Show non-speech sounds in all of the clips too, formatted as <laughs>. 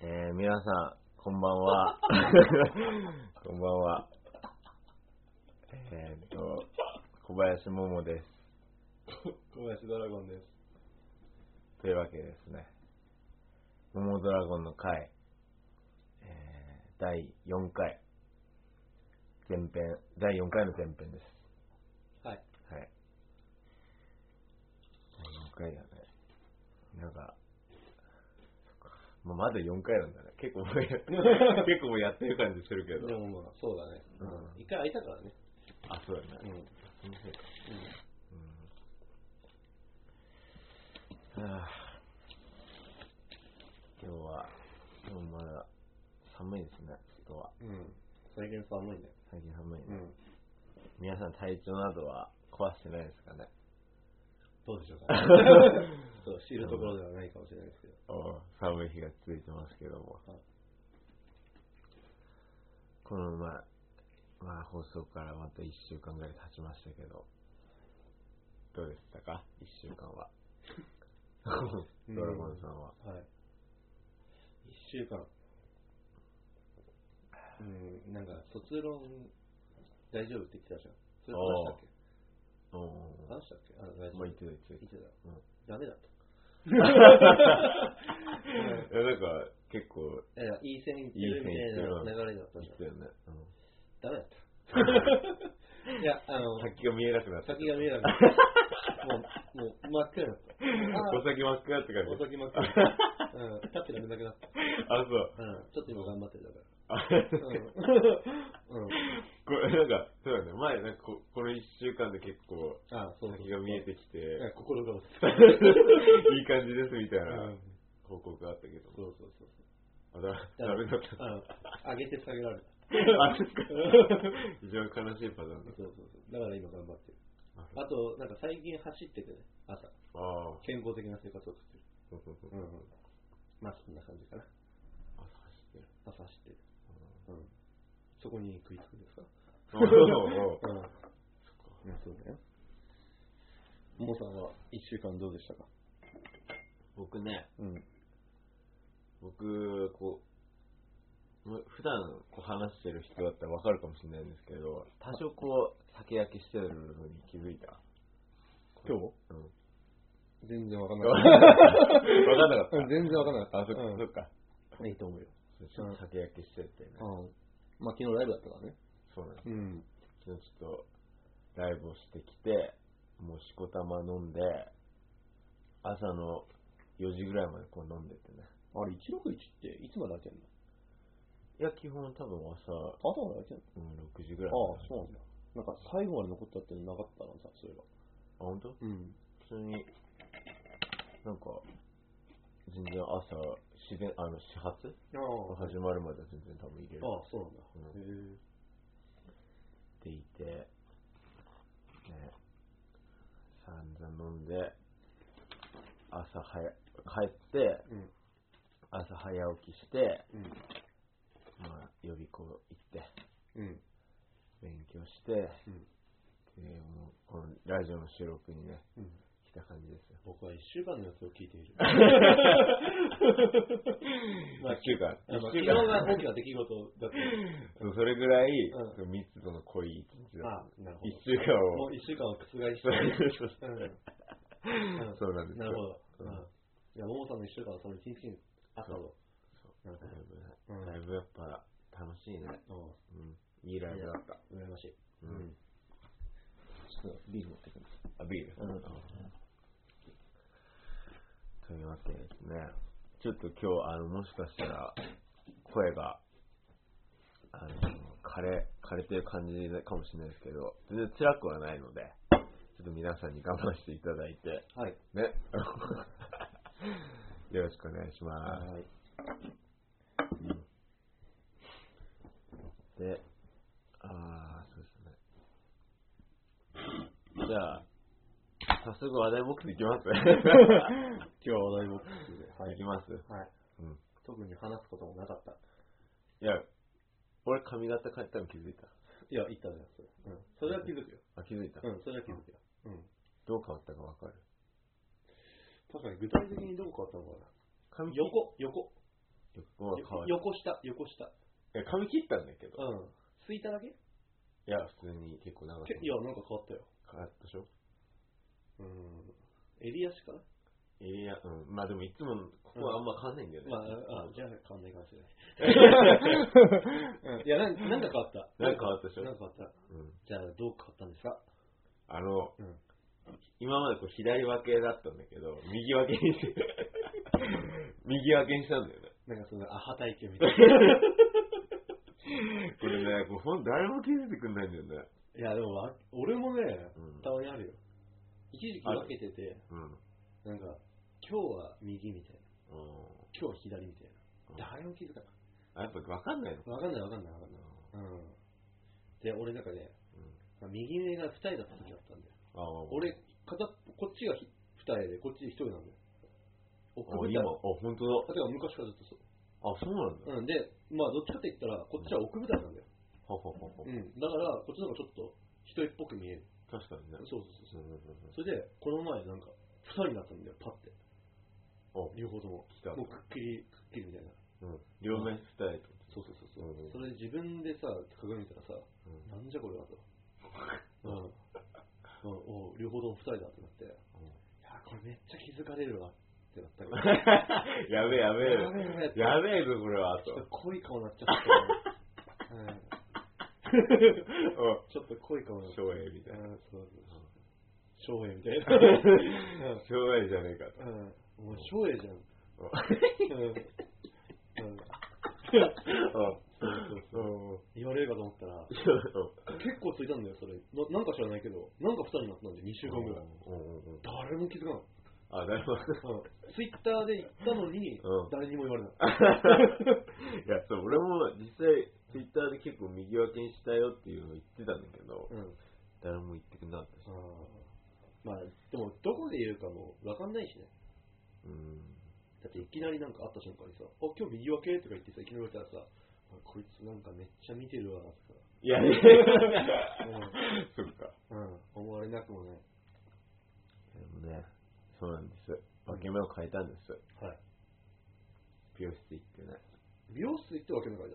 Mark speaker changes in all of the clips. Speaker 1: えー、皆さん、こんばんは。 <laughs> こんばんは。えーっと、小林桃です。
Speaker 2: 小林ドラゴンです。
Speaker 1: というわけですね。桃ドラゴンの回、えー第4回、前編、第4回の前編です。
Speaker 2: はい。
Speaker 1: はい。4回だね。なんか、まあまだ4回なんだね。結構もう、 <laughs> 結構もうやってる感じするけ
Speaker 2: で
Speaker 1: ど。
Speaker 2: もまあ、そうだね。
Speaker 1: うん
Speaker 2: 一回空いたからね。
Speaker 1: あ、そうだ
Speaker 2: う
Speaker 1: ね。
Speaker 2: ん。
Speaker 1: うんはあ今日は、でもまだ寒いですね、外は。
Speaker 2: うん。うん。最近寒いね。
Speaker 1: 最近寒いね。
Speaker 2: うん。
Speaker 1: 皆さん体調などは壊してないですかね。
Speaker 2: どうでしょうか。 <laughs> そう、知るところではないかもしれないですけど。
Speaker 1: 寒い日が続いてますけども
Speaker 2: はい。
Speaker 1: この前、まあ放送からまた1週間ぐらい経ちましたけど、どうでしたか ?1 週間は。
Speaker 2: <laughs>
Speaker 1: ドラゴンさんは。
Speaker 2: はい。一週間。うん、なんか、卒論大丈夫って言ってたじゃん。それ話したっけ
Speaker 1: おー
Speaker 2: 話したっけあ、大丈夫。
Speaker 1: まあ言ってた言ってた
Speaker 2: 言ってた。
Speaker 1: うん
Speaker 2: ダメだと。
Speaker 1: いやなんか結構
Speaker 2: いや、いい線いってるみたいな流れだった
Speaker 1: 言
Speaker 2: じゃ
Speaker 1: った。よ
Speaker 2: ん
Speaker 1: ね。うん
Speaker 2: ダメだった。 <laughs> いや、あの、
Speaker 1: 先が見えなくなった。
Speaker 2: 先が見えなかった。もう、もう、真っ暗だった。
Speaker 1: お先真っ暗って感
Speaker 2: お
Speaker 1: じ。
Speaker 2: 先真っ暗。うん、立ってられなくなった。
Speaker 1: あ、そう。
Speaker 2: うん、ちょっと今頑張ってるだか
Speaker 1: あ <laughs>
Speaker 2: ら。うん。うん。
Speaker 1: これなんか、そうだね。前、なんかここの1週間で結構
Speaker 2: ああ、そう。
Speaker 1: 先が見えてきて、
Speaker 2: うん心が落ち着く。
Speaker 1: <laughs> いい感じですみたいうなん報告があったけど、
Speaker 2: そうそうそう。
Speaker 1: あだダメだった。
Speaker 2: うん。上げて下げられた。
Speaker 1: あそっか非常に悲しいパターンだっ
Speaker 2: そうそうそう。だから今頑張ってる。
Speaker 1: た。
Speaker 2: あと、なんか最近走っててね、朝。
Speaker 1: ああ、
Speaker 2: 健康的な生活をとってる。
Speaker 1: そうそうそう。
Speaker 2: うん。まあ、そんな感じかな。
Speaker 1: あ走ってる
Speaker 2: 朝走ってる。うん。そこに食いつくんですか
Speaker 1: おうおうおう
Speaker 2: <laughs> うん。いや、そうだよ。ももさんは一週間どうでしたか
Speaker 1: 僕ね、
Speaker 2: うん。
Speaker 1: 僕、こう、む普段こう話してる人だったらわかるかもしれないんですけど、多少こう、酒焼けしてるのに気づいた。
Speaker 2: 今日
Speaker 1: うん。
Speaker 2: 全然わかん
Speaker 1: わ
Speaker 2: な
Speaker 1: かんなかった。
Speaker 2: <laughs> うん全然わかんなかった
Speaker 1: あ、そっか、
Speaker 2: うん
Speaker 1: そっか。
Speaker 2: い。いいと思うよ。
Speaker 1: ちょっと酒焼けしててね。
Speaker 2: うん。まあ、昨日ライブだったからね。
Speaker 1: そうなんです。
Speaker 2: うん。
Speaker 1: 昨日ちょっと、ライブをしてきて、もうしこたま飲んで、朝の4時ぐらいまでこう飲んでてね。
Speaker 2: あれ、161っていつまで開いてんの
Speaker 1: いや、基本多分朝、
Speaker 2: 朝まで開いてんの
Speaker 1: うん、6時ぐらい
Speaker 2: あ
Speaker 1: ま
Speaker 2: あ
Speaker 1: で。、
Speaker 2: そうなんだ。なんか最後まで残ったってなかったのさ、そういえば。
Speaker 1: あ、本当？
Speaker 2: うん。
Speaker 1: 普通に、なんか、全然朝、自然、あの、始発
Speaker 2: ああ、
Speaker 1: 始まるまでは全然多分いける
Speaker 2: ああ、そうなんだ。
Speaker 1: うん
Speaker 2: へえ。
Speaker 1: っていて、ね、散々飲んで、朝早、帰って、
Speaker 2: うん。
Speaker 1: 朝早起きして、
Speaker 2: うん。
Speaker 1: まあ、予備校行って、
Speaker 2: うん。
Speaker 1: 勉強して、
Speaker 2: うん。
Speaker 1: で、もう、このラジオの収録にね、
Speaker 2: うん。
Speaker 1: 来た感じですよ。
Speaker 2: 僕は1週間のやつを聞いてい <laughs> る。
Speaker 1: まあ、週 <laughs> 間。
Speaker 2: あの
Speaker 1: 一
Speaker 2: 昨
Speaker 1: 週
Speaker 2: 日
Speaker 1: 間
Speaker 2: が大きな出来事だっ
Speaker 1: <laughs> そうそれぐらい、
Speaker 2: う
Speaker 1: 密度の濃い一日
Speaker 2: た。
Speaker 1: だっ
Speaker 2: ああ、なる
Speaker 1: た。
Speaker 2: ほ
Speaker 1: 一
Speaker 2: ど。
Speaker 1: 週間
Speaker 2: も
Speaker 1: を
Speaker 2: う、一週間を覆 <laughs> して。うん
Speaker 1: そうなんです
Speaker 2: な
Speaker 1: よ
Speaker 2: るほど。
Speaker 1: う
Speaker 2: うんん。いや、ももさんの一週間はその一日にあったの。なる
Speaker 1: だいぶね、
Speaker 2: うん
Speaker 1: だいぶやっぱ楽しいね。
Speaker 2: ほ
Speaker 1: うん。いいライブだった。
Speaker 2: ど。うん。羨ましい。
Speaker 1: う
Speaker 2: うんん。ちょっとビール持ってくる。
Speaker 1: あ、ビール。
Speaker 2: うん
Speaker 1: というわけでですね、ちょっと今日、あの、もしかしたら、声が、あの、枯れ、枯れてる感じかもしれないですけど、全然辛くはないので、ちょっと皆さんに我慢していただいて、
Speaker 2: はい。
Speaker 1: ね。 <laughs> よろしくお願いします。
Speaker 2: はい。
Speaker 1: で、ああ、そうですね。じゃあ、早速話題ボックスいきます <laughs>
Speaker 2: 今日は話題ボックスで。はい
Speaker 1: きます。
Speaker 2: はい。
Speaker 1: うん。
Speaker 2: 特に話すこともなかった。
Speaker 1: いや、俺髪型変えたの気づいた。
Speaker 2: いや、言ったじゃん、それ。うん。それは気づくよ。
Speaker 1: あ、気づいた。
Speaker 2: うん、それは気づくよ。うん。
Speaker 1: どう変わったかわかる。
Speaker 2: 確かに具体的にどう変わったのかな。
Speaker 1: 髪切
Speaker 2: 横、横。
Speaker 1: 横が乾い
Speaker 2: 横下、横下。
Speaker 1: いや、髪切ったんだけど。
Speaker 2: うん。すいただけ
Speaker 1: いや、普通に結構長く
Speaker 2: けいや、なんか変わったよ。
Speaker 1: 変わったでしょ
Speaker 2: うん。襟足かな
Speaker 1: 襟や、うん。まあでもいつも、ここはあんま変わんないんだよね。
Speaker 2: まあ、ああ、じゃあ変わんないかもしれない。いや、なんなんか変わった。
Speaker 1: なんか変わったでしょ
Speaker 2: なんか変わった。
Speaker 1: うん。
Speaker 2: じゃあ、どう変わったんですか
Speaker 1: あの、
Speaker 2: うん。
Speaker 1: 今までこう左分けだったんだけど、右分けに <laughs> して、右分けにしたんだよね。
Speaker 2: なんかその、アハ体験み
Speaker 1: <laughs>
Speaker 2: たいな。
Speaker 1: これね、こうほん誰も気づいてくんないんだよね。
Speaker 2: いや、でもわ、俺もね
Speaker 1: うん、
Speaker 2: たまにあるよ。一時期分けてて、
Speaker 1: うん。うん
Speaker 2: なんか、今日は右みたいな。今日は左みたいな。誰も気づか
Speaker 1: あ、
Speaker 2: ない。
Speaker 1: やっぱ分かんないのか
Speaker 2: わかんないわかんないわかん
Speaker 1: な
Speaker 2: ない。。うん。で、俺なんかね、
Speaker 1: うん
Speaker 2: まあ右目が二重だった時だったんだよ。
Speaker 1: ああ、
Speaker 2: 俺、片っぽ、こっちがひ二重で、こっち一重なんだよ。奥
Speaker 1: あ、
Speaker 2: 二
Speaker 1: 今、
Speaker 2: 重
Speaker 1: あ、。本当だ。
Speaker 2: 例えば昔からずっとそう。
Speaker 1: あ、そうなんだ。
Speaker 2: うん、で、まあ、どっちかって言ったら、こっちは奥舞台なんだよ。
Speaker 1: ほほほほ
Speaker 2: う。ん、だから、こっちの方がちょっと人っぽく見える。
Speaker 1: 確かにね。
Speaker 2: そうそうそうう。
Speaker 1: んうんうん
Speaker 2: それで、この前、なんか、二人になったんだよ、パって。
Speaker 1: お
Speaker 2: 両方とも。
Speaker 1: 来た
Speaker 2: もうくっきり、くっきりみたいな。
Speaker 1: うん。両面伝えと。
Speaker 2: そうそうそうそう、
Speaker 1: うん
Speaker 2: それで自分でさ、鏡見たらさ、
Speaker 1: うん
Speaker 2: なんじゃこれはと。うん。うん、おう両方とも二人だってなって、いや、これめっちゃ気づかれるわってなった <laughs> けど。
Speaker 1: やべえやべえ。
Speaker 2: やべえやべえって
Speaker 1: やべえぞ、これは、あ
Speaker 2: ち
Speaker 1: と
Speaker 2: ょっ。と濃い顔になっちゃ <laughs> った。うん、
Speaker 1: う
Speaker 2: ちょっと濃い顔になっ
Speaker 1: ん。
Speaker 2: ちゃっ
Speaker 1: 翔英みた
Speaker 2: た。
Speaker 1: いうな。
Speaker 2: ん、そうそうそう。翔英みたい <laughs> な。
Speaker 1: 翔英じゃねえかと。
Speaker 2: うん。もう翔英じゃん。うん。うん
Speaker 1: うん。うん。
Speaker 2: 言われるかと思ったら、結構ついたんだよ、それ。ななんか知らないけど、なんか二人になったんで、2週間ぐらい。
Speaker 1: うんうんうん。
Speaker 2: 誰も気づかない。
Speaker 1: あ、なるほど。
Speaker 2: うん。ツイッターで言ったのに
Speaker 1: うん、
Speaker 2: 誰にも言われない。
Speaker 1: いや、そう、俺も実際、ツイッターで結構右分けにしたよっていうのを言ってたんだけど、
Speaker 2: うん。
Speaker 1: 誰も言ってくれなかったし。
Speaker 2: まあ、でも、どこで言うかもわかんないしね。
Speaker 1: うん。
Speaker 2: だっていきなりなんか会った瞬間にさ、あ、今日右分けとか言ってさ、いきなり言われたらさ、あこいつなんかめっちゃ見てるわ、と
Speaker 1: いや、ね、
Speaker 2: か、
Speaker 1: そっか。
Speaker 2: うん、うん、思われなくもない。
Speaker 1: でもね、そうなんです。分け目を変えたんです。
Speaker 2: はい。
Speaker 1: 美容室行ってね。
Speaker 2: 美容室行ってわけのかじ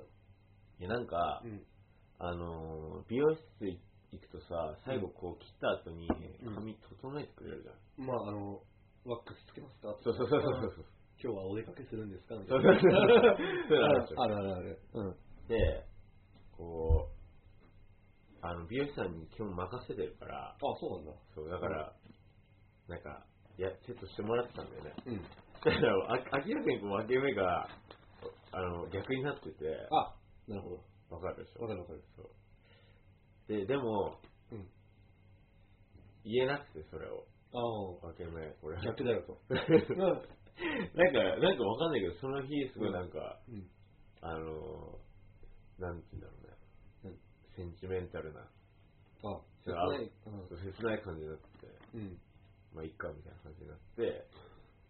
Speaker 1: いや、なんか
Speaker 2: ゃん。、うん。
Speaker 1: あのー美容室行くとさ、最後こう切った後に
Speaker 2: うん
Speaker 1: 髪整えてくれるじゃん。
Speaker 2: まあ、あの、ワックスつけますか
Speaker 1: そうそうそうそうそう。
Speaker 2: 今日はお出かけするんですかみ
Speaker 1: そうそうそうそうそう
Speaker 2: あ
Speaker 1: なん
Speaker 2: る
Speaker 1: ですよ
Speaker 2: あるあるある。うん。
Speaker 1: で、こう、あの美容師さんに基本任せてるから
Speaker 2: あ、、そうなんだ。
Speaker 1: そう、だから、なんか、いや、セットしてもらってたんだよね。 <laughs>
Speaker 2: うん。
Speaker 1: だから、あ明らかにこう分け目が、あの、逆になってて、
Speaker 2: あ、なるほど。
Speaker 1: わかるでしょ
Speaker 2: わかるわかる。
Speaker 1: そう。で、でも、
Speaker 2: うん
Speaker 1: 言えなくて、それを。
Speaker 2: あ
Speaker 1: 分け目、これ。<laughs>
Speaker 2: あ、逆だよと。
Speaker 1: なん
Speaker 2: うん。
Speaker 1: か、なんかわかんないけど、その日、すごいなんか、
Speaker 2: うん。
Speaker 1: あのー、なんて言うんだろうね。
Speaker 2: うん
Speaker 1: センチメンタルな、
Speaker 2: あ、
Speaker 1: そ
Speaker 2: 切
Speaker 1: れ
Speaker 2: ない。
Speaker 1: 切ない感じになってて、
Speaker 2: うん。うん。
Speaker 1: まあ、いっか、みたいな感じになって、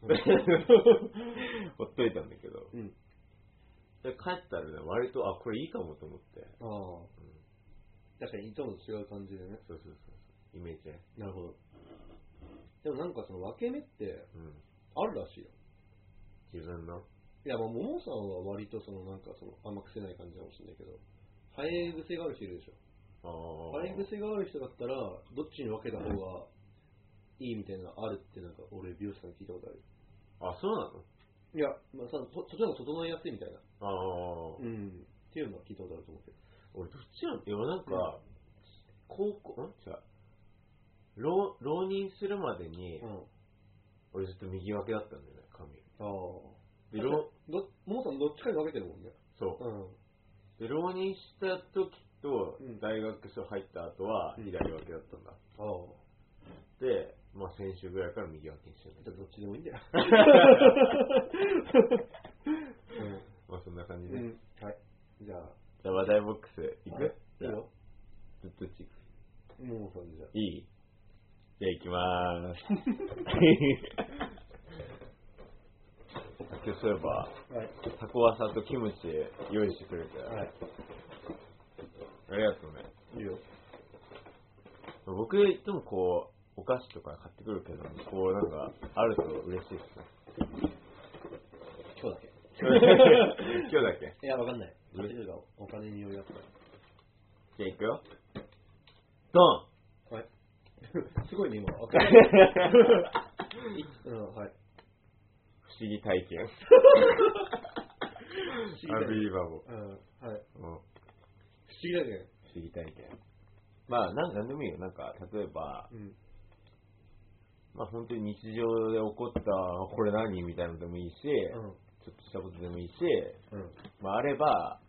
Speaker 2: う
Speaker 1: <laughs> ほっといたんだけど、
Speaker 2: うん。
Speaker 1: で帰ったらね、割と、あ、これいいかもと思って、
Speaker 2: ああ。
Speaker 1: うん
Speaker 2: 確かにいつもと違う感じでね。
Speaker 1: そうそうそうそう、イメージね。
Speaker 2: なるほど。でもなんかその分け目って
Speaker 1: うん。
Speaker 2: あるらしいよ。
Speaker 1: 自分の、
Speaker 2: いや、まあ、ももさんは割とそのなんかその甘くせない感じかもしれないけど、生え癖がある人いるでしょ。
Speaker 1: ああ
Speaker 2: 生え癖がある人だったら、どっちに分けた方がいいみたいなのあるってなんか俺美容師さんに聞いたことある。
Speaker 1: あ、そうなの
Speaker 2: いや、まあ、さ、と、とても整えやすいみたいな。
Speaker 1: ああ、
Speaker 2: うん。っていうのは聞いたことあると思うけど。
Speaker 1: 俺どっちなんいやなんか、高校、ん違う。浪浪人するまでに、
Speaker 2: うん。
Speaker 1: 俺ずっと右分けだったんだよね、髪。
Speaker 2: ああ。
Speaker 1: で、浪、
Speaker 2: ど、ももさんどっちかに分けてるもんね。
Speaker 1: そう
Speaker 2: う。ん。
Speaker 1: で、浪人した時と
Speaker 2: うん
Speaker 1: 大学所入った後は
Speaker 2: うん
Speaker 1: 左分けだったんだ。
Speaker 2: ああ。
Speaker 1: で、まあ先週ぐらいから右分けにしてるんだけ
Speaker 2: じ <laughs> ゃあ
Speaker 1: ど、
Speaker 2: どっちでもいいんだよ。
Speaker 1: まあそんな感じ
Speaker 2: う
Speaker 1: で。
Speaker 2: ん。はい。じゃあ、
Speaker 1: じゃあ話題ボックス行く、
Speaker 2: はいい
Speaker 1: じ
Speaker 2: い
Speaker 1: ゃあ、
Speaker 2: よ。
Speaker 1: ずっとち
Speaker 2: ももさんじゃあ。
Speaker 1: いいじゃあ行きま
Speaker 2: <laughs>
Speaker 1: ーす。今日そういえば、
Speaker 2: はい。
Speaker 1: タコワサとキムチ用意してくれて、
Speaker 2: はい。
Speaker 1: ありがとうね。
Speaker 2: いいよ。
Speaker 1: 僕いつもこう、お菓子とか買って
Speaker 2: <laughs>
Speaker 1: くるけど、こうなんか、あると嬉しいですね。
Speaker 2: 今日だけ。
Speaker 1: 今日だっけ
Speaker 2: いや、わかんない。カジューがお金に酔いやすから。
Speaker 1: じゃあ行くよ。ドン
Speaker 2: はい。 <laughs> すごいね、今。わかん <laughs> ない。うん、はい。
Speaker 1: 不思議体験。ア
Speaker 2: 不思議だね
Speaker 1: ビーバボ。
Speaker 2: うん、はい。
Speaker 1: うん。不思
Speaker 2: 不思議だね。
Speaker 1: 議体験。まあ、なんなんでもいいよ。なんか、例えば、
Speaker 2: うん。
Speaker 1: まあ本当に日常で起こった、これ何みたいなのでもいいし、ちょっとしたことでもいいし、
Speaker 2: うん。
Speaker 1: まああれば、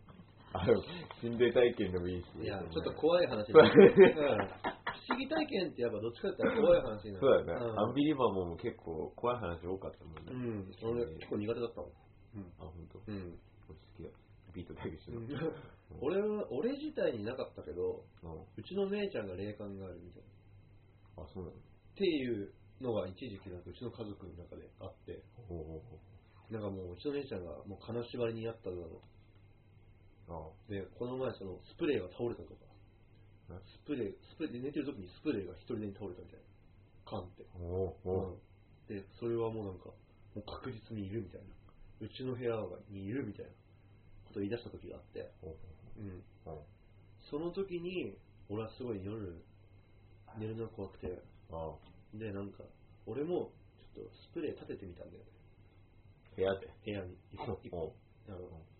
Speaker 1: あの心霊体験でもいいし。
Speaker 2: うん。いや、ちょっと
Speaker 1: こ
Speaker 2: 怖い話
Speaker 1: そう
Speaker 2: だね。うん。不思議体験ってやっぱどっちかって言ったら怖い話になる。
Speaker 1: そうだよね、
Speaker 2: ん
Speaker 1: アンビリバボーも結構怖い話多かったもんね。あ、
Speaker 2: うん、俺結構苦手だったもん。うん。
Speaker 1: 本当。
Speaker 2: うん。
Speaker 1: 俺好きだ。ビートたけしの。
Speaker 2: 俺は、俺自体になかったけど、
Speaker 1: うん
Speaker 2: うちの姉ちゃんが霊感があるみたいな。
Speaker 1: あ、そうなの
Speaker 2: っていうのが一時期なんかうちの家族の中であって、
Speaker 1: ほうほう
Speaker 2: なんかもううちの姉ちゃんがもう金縛りにあっただろ
Speaker 1: ほ
Speaker 2: う。で、この前そのスプレーが倒れたとか
Speaker 1: え、
Speaker 2: スプレー、スプレーで寝てる時にスプレーが一人でに倒れたみたいな。缶って。
Speaker 1: う。あおうおう
Speaker 2: で、それはもうなんか、もう確実にいるみたいな。うちの部屋にいるみたいなことを言い出した時があって、
Speaker 1: ほう
Speaker 2: うん。
Speaker 1: ほう
Speaker 2: その時に、俺はすごい夜、寝るのが怖くて、
Speaker 1: あ
Speaker 2: で、なんか、俺も、ちょっとスプレー立ててみたんだよね。
Speaker 1: 部屋で。
Speaker 2: 部屋に。一個一個
Speaker 1: おう
Speaker 2: あの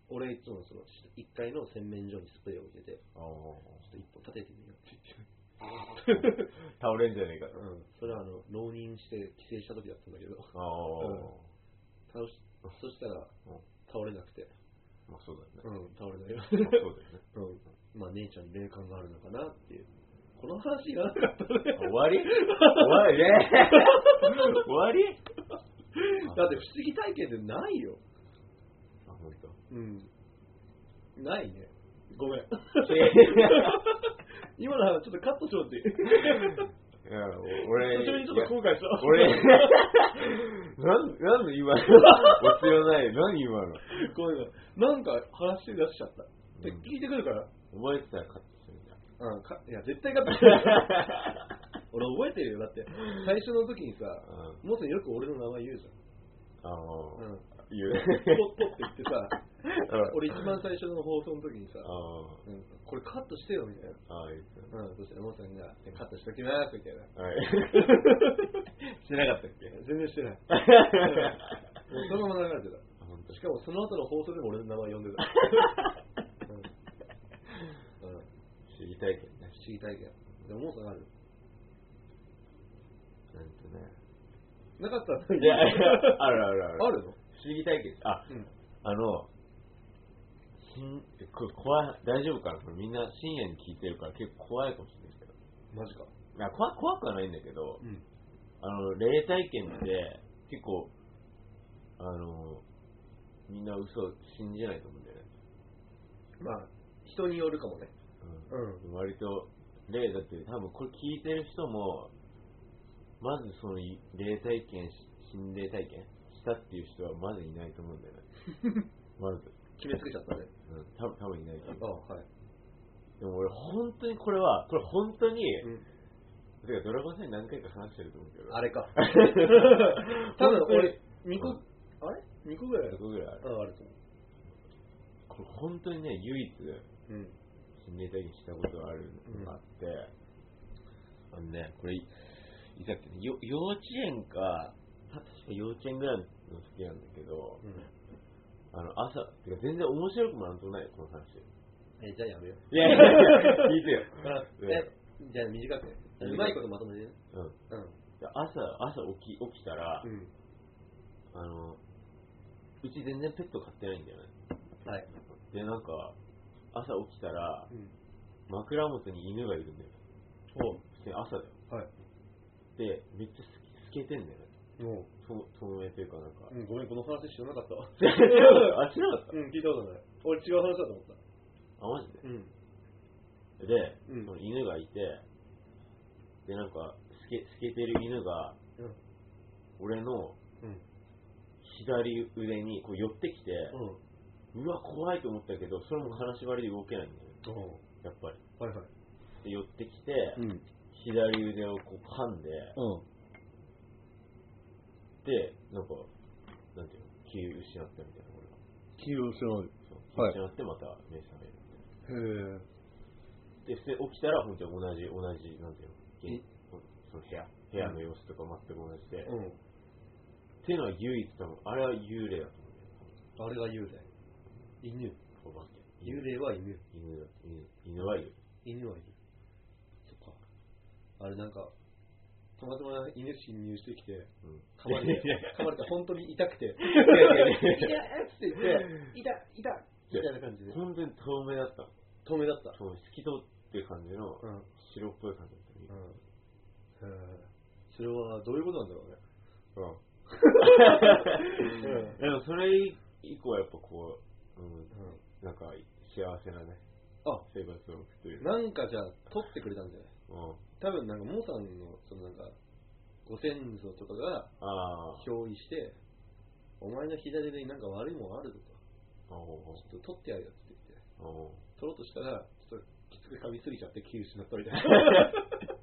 Speaker 2: 俺いつもその、1階の洗面所にスプレーを置いてて、
Speaker 1: あおうおう
Speaker 2: ちょっと一本立ててみよう
Speaker 1: <laughs>
Speaker 2: って
Speaker 1: 倒れんじゃねえかと
Speaker 2: 言って。うん。それはあの、浪人して帰省した時だったんだけど、
Speaker 1: あおうおう
Speaker 2: 倒し、そした
Speaker 1: う
Speaker 2: ら
Speaker 1: ん、
Speaker 2: 倒れなくて、
Speaker 1: まあそうだよね。
Speaker 2: うん、倒れないよ。
Speaker 1: まあ <laughs> そうだよね。
Speaker 2: うん。まあ、姉ちゃんに霊感があるのかなっていう。この話がなかったね。
Speaker 1: 終わり終わりね終わり
Speaker 2: だって不思議体験ってないよ。
Speaker 1: あ、ほんと。
Speaker 2: うん。ないね。ごめん。
Speaker 1: い
Speaker 2: <laughs> 今の話ちょっとカットしようって。
Speaker 1: や、俺、
Speaker 2: 途中にちょっと後悔した。
Speaker 1: 俺、なん、なんで今の、落ちようない、何今の。
Speaker 2: <laughs> ごめんごめんなんか話し出しちゃった。で、
Speaker 1: うん
Speaker 2: 聞いてくるから。
Speaker 1: 覚えてたらカットするんだ。
Speaker 2: うん、かいや、絶対カット
Speaker 1: <laughs>
Speaker 2: しない俺覚えてるよ。だって、最初の時にさ、
Speaker 1: う
Speaker 2: もうよく俺の名前言うじ
Speaker 1: ん。あの
Speaker 2: ゃん。うん。
Speaker 1: 言う。
Speaker 2: ポッポッって言ってさ、
Speaker 1: うん
Speaker 2: 俺一番最初の放送の時にさ、
Speaker 1: あの
Speaker 2: うん、これカットしてよみたいな。
Speaker 1: ああ、言って
Speaker 2: うん、そしたらモーさんが、じゃあカットしときますみたいな。
Speaker 1: た。はい。 <laughs> してなかったっけ
Speaker 2: 全然し
Speaker 1: <laughs>
Speaker 2: てない。もうそのまま流れてた。
Speaker 1: あ、ほんと
Speaker 2: しかもその後の放送でも俺の名前呼
Speaker 1: <laughs>
Speaker 2: んでた。うんうん、不
Speaker 1: 知りたいけどね。
Speaker 2: 思議体験。でもモーさんある
Speaker 1: なんとね。
Speaker 2: なかったら何
Speaker 1: いや、あるあるある。
Speaker 2: あるの
Speaker 1: 不思議体験。あ、
Speaker 2: うん。
Speaker 1: あの、しんこ怖い、大丈夫かなこれみんな深夜に聞いてるから結構怖いかもしれないけど。
Speaker 2: マジか。
Speaker 1: いや怖怖くはないんだけど、
Speaker 2: うん。
Speaker 1: あの、霊体験って結構、あの、みんな嘘信じないと思うんだよね。
Speaker 2: まあ、人によるかもね。うん。
Speaker 1: うん。割と、霊だって多分これ聞いてる人も、まずそのい霊体験し、心霊体験したっていう人はまずいないと思うんだよね。
Speaker 2: <laughs>
Speaker 1: まず。
Speaker 2: 決めつけちゃったね。
Speaker 1: うん。多分、多分いないと思う
Speaker 2: あはい。
Speaker 1: でも俺、本当にこれは、これ本当に、
Speaker 2: うん。
Speaker 1: てかドラゴンさんに何回か話してると思うけど、
Speaker 2: あ
Speaker 1: れ
Speaker 2: れ <laughs> か。
Speaker 1: 多
Speaker 2: 多
Speaker 1: 分
Speaker 2: 分
Speaker 1: 俺
Speaker 2: 俺、2個、
Speaker 1: うん
Speaker 2: あれ ?2 個ぐらいある。
Speaker 1: 個ぐらいある。
Speaker 2: あ、あると思
Speaker 1: これ本当にね、唯一、
Speaker 2: う。うん。
Speaker 1: 心霊体験したことがあるのがあって、あのね、これ、いいつだっけねよ幼稚園か、確か幼稚園ぐらいの時なんだけど、
Speaker 2: うん。
Speaker 1: あの朝、てか全然面白くもなんともないよ、この話。
Speaker 2: え、じゃあやめよう。
Speaker 1: いやいやいや、聞いてよ。うん
Speaker 2: え、じゃあ短くね。
Speaker 1: 短く
Speaker 2: うまいことまとめてね。
Speaker 1: うん、
Speaker 2: うん。
Speaker 1: で朝、朝起き起きたら、
Speaker 2: うん。
Speaker 1: あの、うち全然ペット飼ってないんだよね。
Speaker 2: はい。
Speaker 1: で、なんか、朝起きたら、
Speaker 2: うん。
Speaker 1: 枕元に犬がいるんだよ。
Speaker 2: ほ
Speaker 1: 普通に朝だよ。
Speaker 2: う。はい。
Speaker 1: で、めっちゃす透けてんだよね。
Speaker 2: も
Speaker 1: と透明というかなんか
Speaker 2: う、。うん、ごめん、この話知らなかったわ。
Speaker 1: <laughs> あ、知らなかっ
Speaker 2: うん、聞いたことない。俺違う話だと思っ
Speaker 1: た
Speaker 2: た。
Speaker 1: あ、マジ
Speaker 2: うん。
Speaker 1: でで、
Speaker 2: うん
Speaker 1: その犬がいて、で、なんか、透け透けてる犬が、
Speaker 2: うん。
Speaker 1: 俺の
Speaker 2: うん。
Speaker 1: 左腕にこう寄ってきて、
Speaker 2: うん。
Speaker 1: うわ、怖いと思ったけど、それも金縛りで動けないんだよね。やっぱり。
Speaker 2: はいはい。
Speaker 1: で、寄ってきて、
Speaker 2: うん。うん。
Speaker 1: 左腕をこう噛んで、で、なんか、なんていうの、気を失ったみたいな、俺は。
Speaker 2: 黄色知らない。
Speaker 1: そう
Speaker 2: は
Speaker 1: 一
Speaker 2: い
Speaker 1: 緒になってまた目覚める。で、
Speaker 2: へ
Speaker 1: 普通に起きたら、本当に同じ、同じ、なんていうの
Speaker 2: え
Speaker 1: その部屋、部屋の様子とか全く同じで。
Speaker 2: え。うん。
Speaker 1: っていうのは唯一多分、あれは幽霊だと思
Speaker 2: あれが幽霊。犬。
Speaker 1: うよ。お化け。
Speaker 2: 幽霊は犬。
Speaker 1: 犬だ。犬、犬はいる。
Speaker 2: 犬はいる。そっか。あれなんか、たまたま犬侵入してきて、
Speaker 1: うん。
Speaker 2: 噛まれて
Speaker 1: いやい、
Speaker 2: 噛まれて本当に痛くて、痛
Speaker 1: やいや
Speaker 2: いっつって言って、痛い痛いみたいな感じで
Speaker 1: や、 <laughs> 本当に透明だったの。
Speaker 2: 透明だった。
Speaker 1: 透明、透き通ってる感じの、
Speaker 2: うん。
Speaker 1: 白っぽい感じだったね。
Speaker 2: うん。へえそれはどういうことなんだろうね。
Speaker 1: うん。
Speaker 2: うん
Speaker 1: でもそれ以降はやっぱこう、うん、
Speaker 2: う
Speaker 1: なんか幸せなね、
Speaker 2: あ
Speaker 1: 生活を送ってる
Speaker 2: ん。。なんかじゃあ、取ってくれたんじゃない
Speaker 1: うん。
Speaker 2: 多分なんか、モーさんの、そのなんか、ご先祖とかが、
Speaker 1: ああ。
Speaker 2: 憑依して、お前の左手になんか悪いもんあるぞと。
Speaker 1: おお
Speaker 2: ちょっと取ってやるよって言って。
Speaker 1: おお
Speaker 2: 取ろうとしたら、ちょっときつく噛みすぎちゃって、気を失ったみたいな。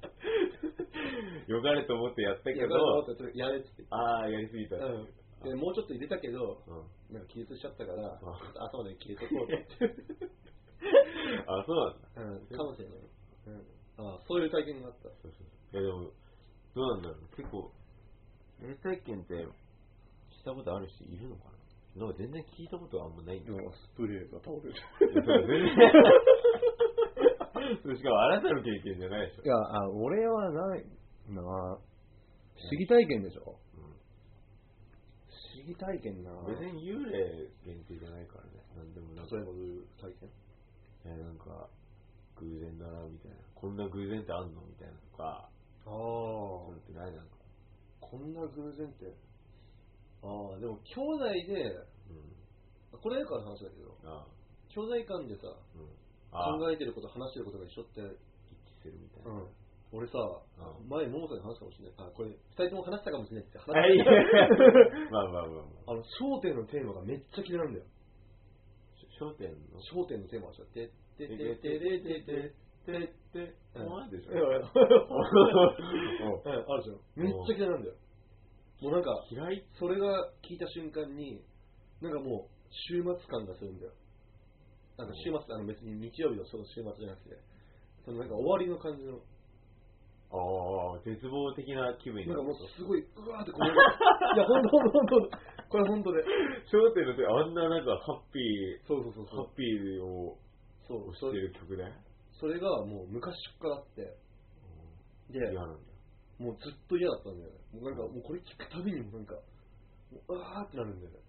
Speaker 1: <laughs> よかれと思ってやったけ
Speaker 2: いや
Speaker 1: ど、
Speaker 2: ちょっとやれって言って。
Speaker 1: ああ、やりすぎた。
Speaker 2: う
Speaker 1: うん。
Speaker 2: ん。で、もうちょっと入れたけど、
Speaker 1: あ
Speaker 2: なんか気絶しちゃったから、ち
Speaker 1: ん
Speaker 2: ょっと頭で切れとこうと思 <laughs> って。
Speaker 1: あ、そうなんだ。
Speaker 2: うん、かもしれない。うん。ああ、そういう体験があった。
Speaker 1: そうそう。いやでも、どうなんだろう。結構、霊体験ってしたことある人いるのかななんか全然聞いたことはあんまないんだ <laughs> よ。
Speaker 2: スプレーが倒れる。
Speaker 1: 全然。それしかもあなたの経験じゃないでしょ
Speaker 2: い。や、あ俺はないな不思議体験でしょ
Speaker 1: う、
Speaker 2: 不思議体験なん
Speaker 1: 別に幽霊限定じゃないからね。なんでもなんか、
Speaker 2: 例えばどういう体験
Speaker 1: えーなんか、偶然だな、みたいな。こんな偶然ってあんのみたいなとか、
Speaker 2: あ
Speaker 1: そういう
Speaker 2: あ
Speaker 1: のってないなんか。
Speaker 2: こんな偶然ってああでも兄弟で
Speaker 1: うん。
Speaker 2: これよくある話だけど
Speaker 1: ああ、
Speaker 2: 兄弟間でさ
Speaker 1: うん。ああ、
Speaker 2: 考えてること話してることが一緒って
Speaker 1: 一致するみたいな。
Speaker 2: うん俺さ
Speaker 1: うん
Speaker 2: 前桃さんに話したかもしれないあこれ二人とも話したかもしれないって話
Speaker 1: あい
Speaker 2: し
Speaker 1: や
Speaker 2: た
Speaker 1: まあまあまあまあ。
Speaker 2: <laughs> あの『焦点』のテーマがめっちゃ嫌いなんだよ
Speaker 1: 焦点の
Speaker 2: 『焦点』のテーマはさ「てってってってってってってって」
Speaker 1: お前でしょ
Speaker 2: うんう
Speaker 1: おう
Speaker 2: んうん、あるじゃん。めっちゃ嫌いなんだよ。もうなんか、
Speaker 1: 嫌い
Speaker 2: それが聞いた瞬間に、なんかもう、週末感がするんだよ。なんか週末、あの別に日曜日のその週末じゃなくて、そのなんか終わりの感じの、
Speaker 1: ああ、絶望的な気分に
Speaker 2: な
Speaker 1: なんる
Speaker 2: かも
Speaker 1: と
Speaker 2: うすごい、うわーってこれ、いや、ほんとほんとほんと、これほんとで。
Speaker 1: 焦点の時あんななんかハッピー、
Speaker 2: そうそうそうそ
Speaker 1: ハ
Speaker 2: う
Speaker 1: ッ。ピーを
Speaker 2: そう
Speaker 1: 押し
Speaker 2: そ
Speaker 1: て
Speaker 2: れ
Speaker 1: る曲だよ。
Speaker 2: それがもう昔からあって、
Speaker 1: 嫌
Speaker 2: で、
Speaker 1: なんだよ。
Speaker 2: もうずっと嫌だったんだよね。もうなんか、もうこれ聞くたびにもなんか、もううわーってなるんだよね。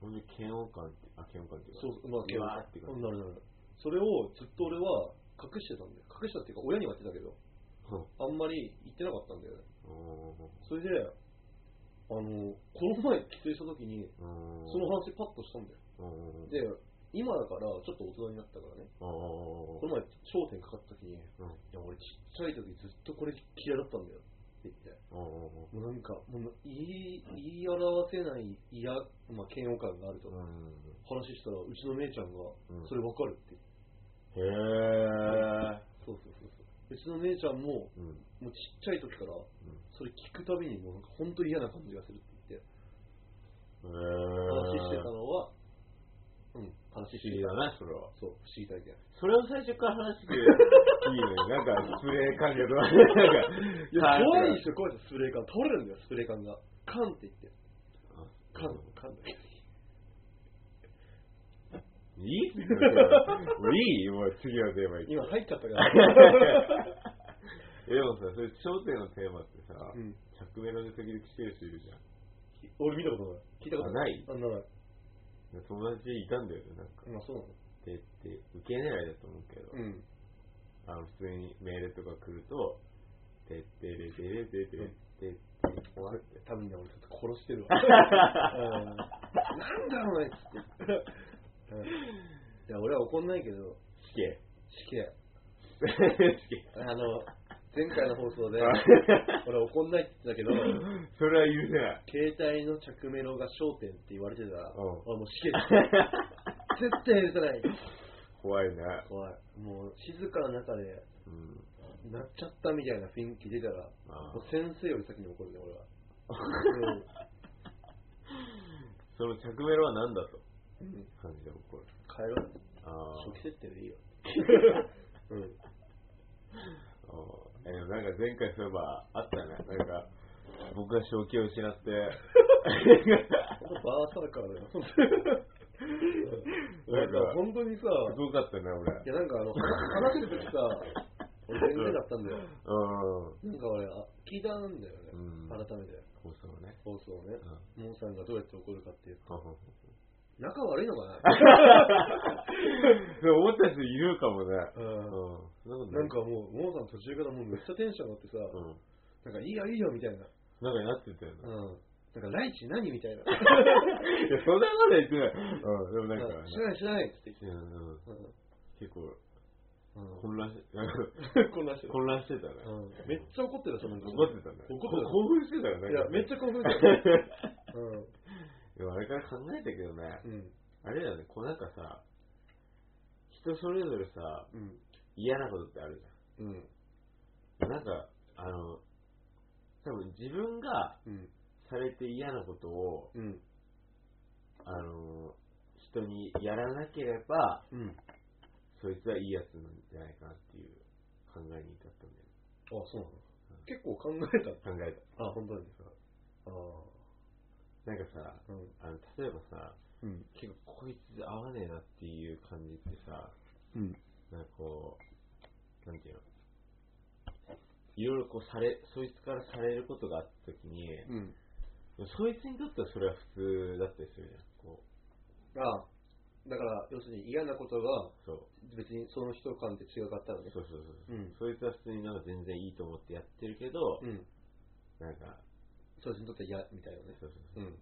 Speaker 1: ほんで、嫌悪感って、あ、嫌悪感っていうか
Speaker 2: そうそう、まあ、
Speaker 1: うわーって
Speaker 2: う
Speaker 1: 感
Speaker 2: んなるなる。それをずっと俺は隠してたんだよ。隠したっていうか、親には言ってたけど、
Speaker 1: じ。うん
Speaker 2: あんまり言ってなかったんだよね。
Speaker 1: おー
Speaker 2: それで、あの、この前帰省した時に、
Speaker 1: うん
Speaker 2: その話パッとしたんだよ。
Speaker 1: うん
Speaker 2: で、今だから、ちょっと大人になったからね、
Speaker 1: あー
Speaker 2: この前、焦点かかった時に、い
Speaker 1: うん
Speaker 2: や、俺ちっちゃい時ずっとこれ嫌いだったんだよって言って。
Speaker 1: うん
Speaker 2: もうなんか、もう言い言い表せない嫌、まあ、嫌悪感があると、
Speaker 1: うん
Speaker 2: 話したら、うちの姉ちゃんが
Speaker 1: うん、
Speaker 2: それわかるって言って、
Speaker 1: へえ。
Speaker 2: そうそうそうそう。うちの姉ちゃんも、
Speaker 1: うん。
Speaker 2: もうちっちゃい時から、それ聞くたびに、もうなんか本当に嫌な感じがするって言って、
Speaker 1: へえ。
Speaker 2: 話してたのは、うん、話
Speaker 1: 不
Speaker 2: し
Speaker 1: 思議
Speaker 2: てた。
Speaker 1: だな、それは。
Speaker 2: そう、不思議体験。
Speaker 1: それを最初から話していいね。なんか、スプレー感覚は。なんか
Speaker 2: いや、怖
Speaker 1: し。
Speaker 2: いでしょ、怖いでしょ、スプレー缶。倒れるんだよ、スプレー缶が。カンって言って。カン、カンだけど。
Speaker 1: いいもういいもう次のテーマい
Speaker 2: 今入っちゃったから。
Speaker 1: <laughs> えでもさ、それ、焦点のテーマってさ、
Speaker 2: うん、
Speaker 1: 着ャックメロで時々してる人いるじゃん。
Speaker 2: 俺見たことない。聞いたことない。あ、ない。
Speaker 1: 友達いたんだよね、なんか。
Speaker 2: まあ、そうなの。
Speaker 1: で、って、受け狙いだと思うけど、
Speaker 2: うん。
Speaker 1: あの、普通にメールとか来ると、てってれてれてれてれてって、終わって。
Speaker 2: 多分ね、俺ちょっと殺してるわ。うんなんだろうね、つって。うんいや、俺は怒んないけど、
Speaker 1: 死刑。
Speaker 2: 死刑。
Speaker 1: 死刑。
Speaker 2: あの、前回の放送で、俺怒んないって言ってたけど、
Speaker 1: それは許せない。
Speaker 2: 携帯の着メロが焦点って言われてたら、
Speaker 1: うん
Speaker 2: 俺もう死刑だ。絶対許さない。
Speaker 1: 怖いな。
Speaker 2: 怖い。もう静かな中で、
Speaker 1: うん。
Speaker 2: なっちゃったみたいな雰囲気出たら、
Speaker 1: あ
Speaker 2: もう
Speaker 1: ー
Speaker 2: 先生より先に怒る
Speaker 1: <laughs>
Speaker 2: ね、俺は。うん
Speaker 1: その着メロは何だと。
Speaker 2: うん。
Speaker 1: 感じで怒る。
Speaker 2: 変えろよ。
Speaker 1: ああ
Speaker 2: 初期設定でい
Speaker 1: <laughs>
Speaker 2: いよ。うん。
Speaker 1: えーなんか前回そういえばあったね。なんか、僕が正気を失って、
Speaker 2: ほんとバーサーカーだよ。
Speaker 1: <laughs>
Speaker 2: うん
Speaker 1: な
Speaker 2: <laughs> なんん
Speaker 1: か
Speaker 2: か本当にさ、
Speaker 1: すごかったね、俺。
Speaker 2: いやなんかあの、話して <laughs> る時さ、俺全然だったんだよ。なんか俺、あ聞いたんだよね
Speaker 1: う。ん。
Speaker 2: 改めて。
Speaker 1: 放送ね。
Speaker 2: 放送をね
Speaker 1: う。ん。
Speaker 2: モンさんがどうやって怒るかっていうと、
Speaker 1: そ
Speaker 2: 仲悪いのかな
Speaker 1: う思った人いるかもね。
Speaker 2: <laughs>
Speaker 1: う
Speaker 2: うん
Speaker 1: ん。そんなこと
Speaker 2: ないん、かもう、モンさん途中からもうめっちゃテンション上がってさ、
Speaker 1: うん。
Speaker 2: なんかいいよいいよみたいな。
Speaker 1: なんかなってたよね。
Speaker 2: うん。なんか、ライチ何みたい
Speaker 1: <laughs>
Speaker 2: な。
Speaker 1: いや、そんなこと言ってない。うん。でもなんか、
Speaker 2: 知らない知らないっつって言って。
Speaker 1: うん、うん。結構、
Speaker 2: うん。
Speaker 1: 混乱し、なんか
Speaker 2: <laughs> こんな人。
Speaker 1: 混乱してたね。
Speaker 2: うん。めっちゃ怒ってた、その人
Speaker 1: 怒ってたね。
Speaker 2: 怒ってた
Speaker 1: 興奮してたよね。
Speaker 2: いや、めっちゃ興奮して <laughs> た。うん。
Speaker 1: でもあれから考えたけどね。
Speaker 2: うん。
Speaker 1: あれだよね、こうなんかさ、人それぞれさ、
Speaker 2: うん。
Speaker 1: 嫌なことってある
Speaker 2: うん。
Speaker 1: じゃん。なんか、あの、多分自分が
Speaker 2: うん。
Speaker 1: されて嫌なことを、
Speaker 2: うん。
Speaker 1: あの、人にやらなければ、
Speaker 2: うん。あ、
Speaker 1: そいつはいいやつなんじゃないかなっていう考えに至ったんだよね。
Speaker 2: そうなの結構考えた。
Speaker 1: 考え
Speaker 2: あ、本当に。あ
Speaker 1: た。なんかさ、
Speaker 2: あ。うん。
Speaker 1: あの例えばさ、
Speaker 2: うん。
Speaker 1: 結構こいつ合わねえなっていう感じってさ、
Speaker 2: うん。
Speaker 1: なんかこう、なんていうの、いろいろこうされ、そいつからされることがあったときに、
Speaker 2: うん。
Speaker 1: そいつにとってはそれは普通だったりするじゃん。こ
Speaker 2: あだから、要するに嫌なことが
Speaker 1: う、そう、
Speaker 2: 別にその人間って違かったらね。
Speaker 1: そうそうそうそう。
Speaker 2: うん
Speaker 1: そいつは普通になんか全然いいと思ってやってるけど、
Speaker 2: うん。
Speaker 1: なんか、
Speaker 2: そいつにとって嫌みたいなね。
Speaker 1: そうそうそう。
Speaker 2: うん。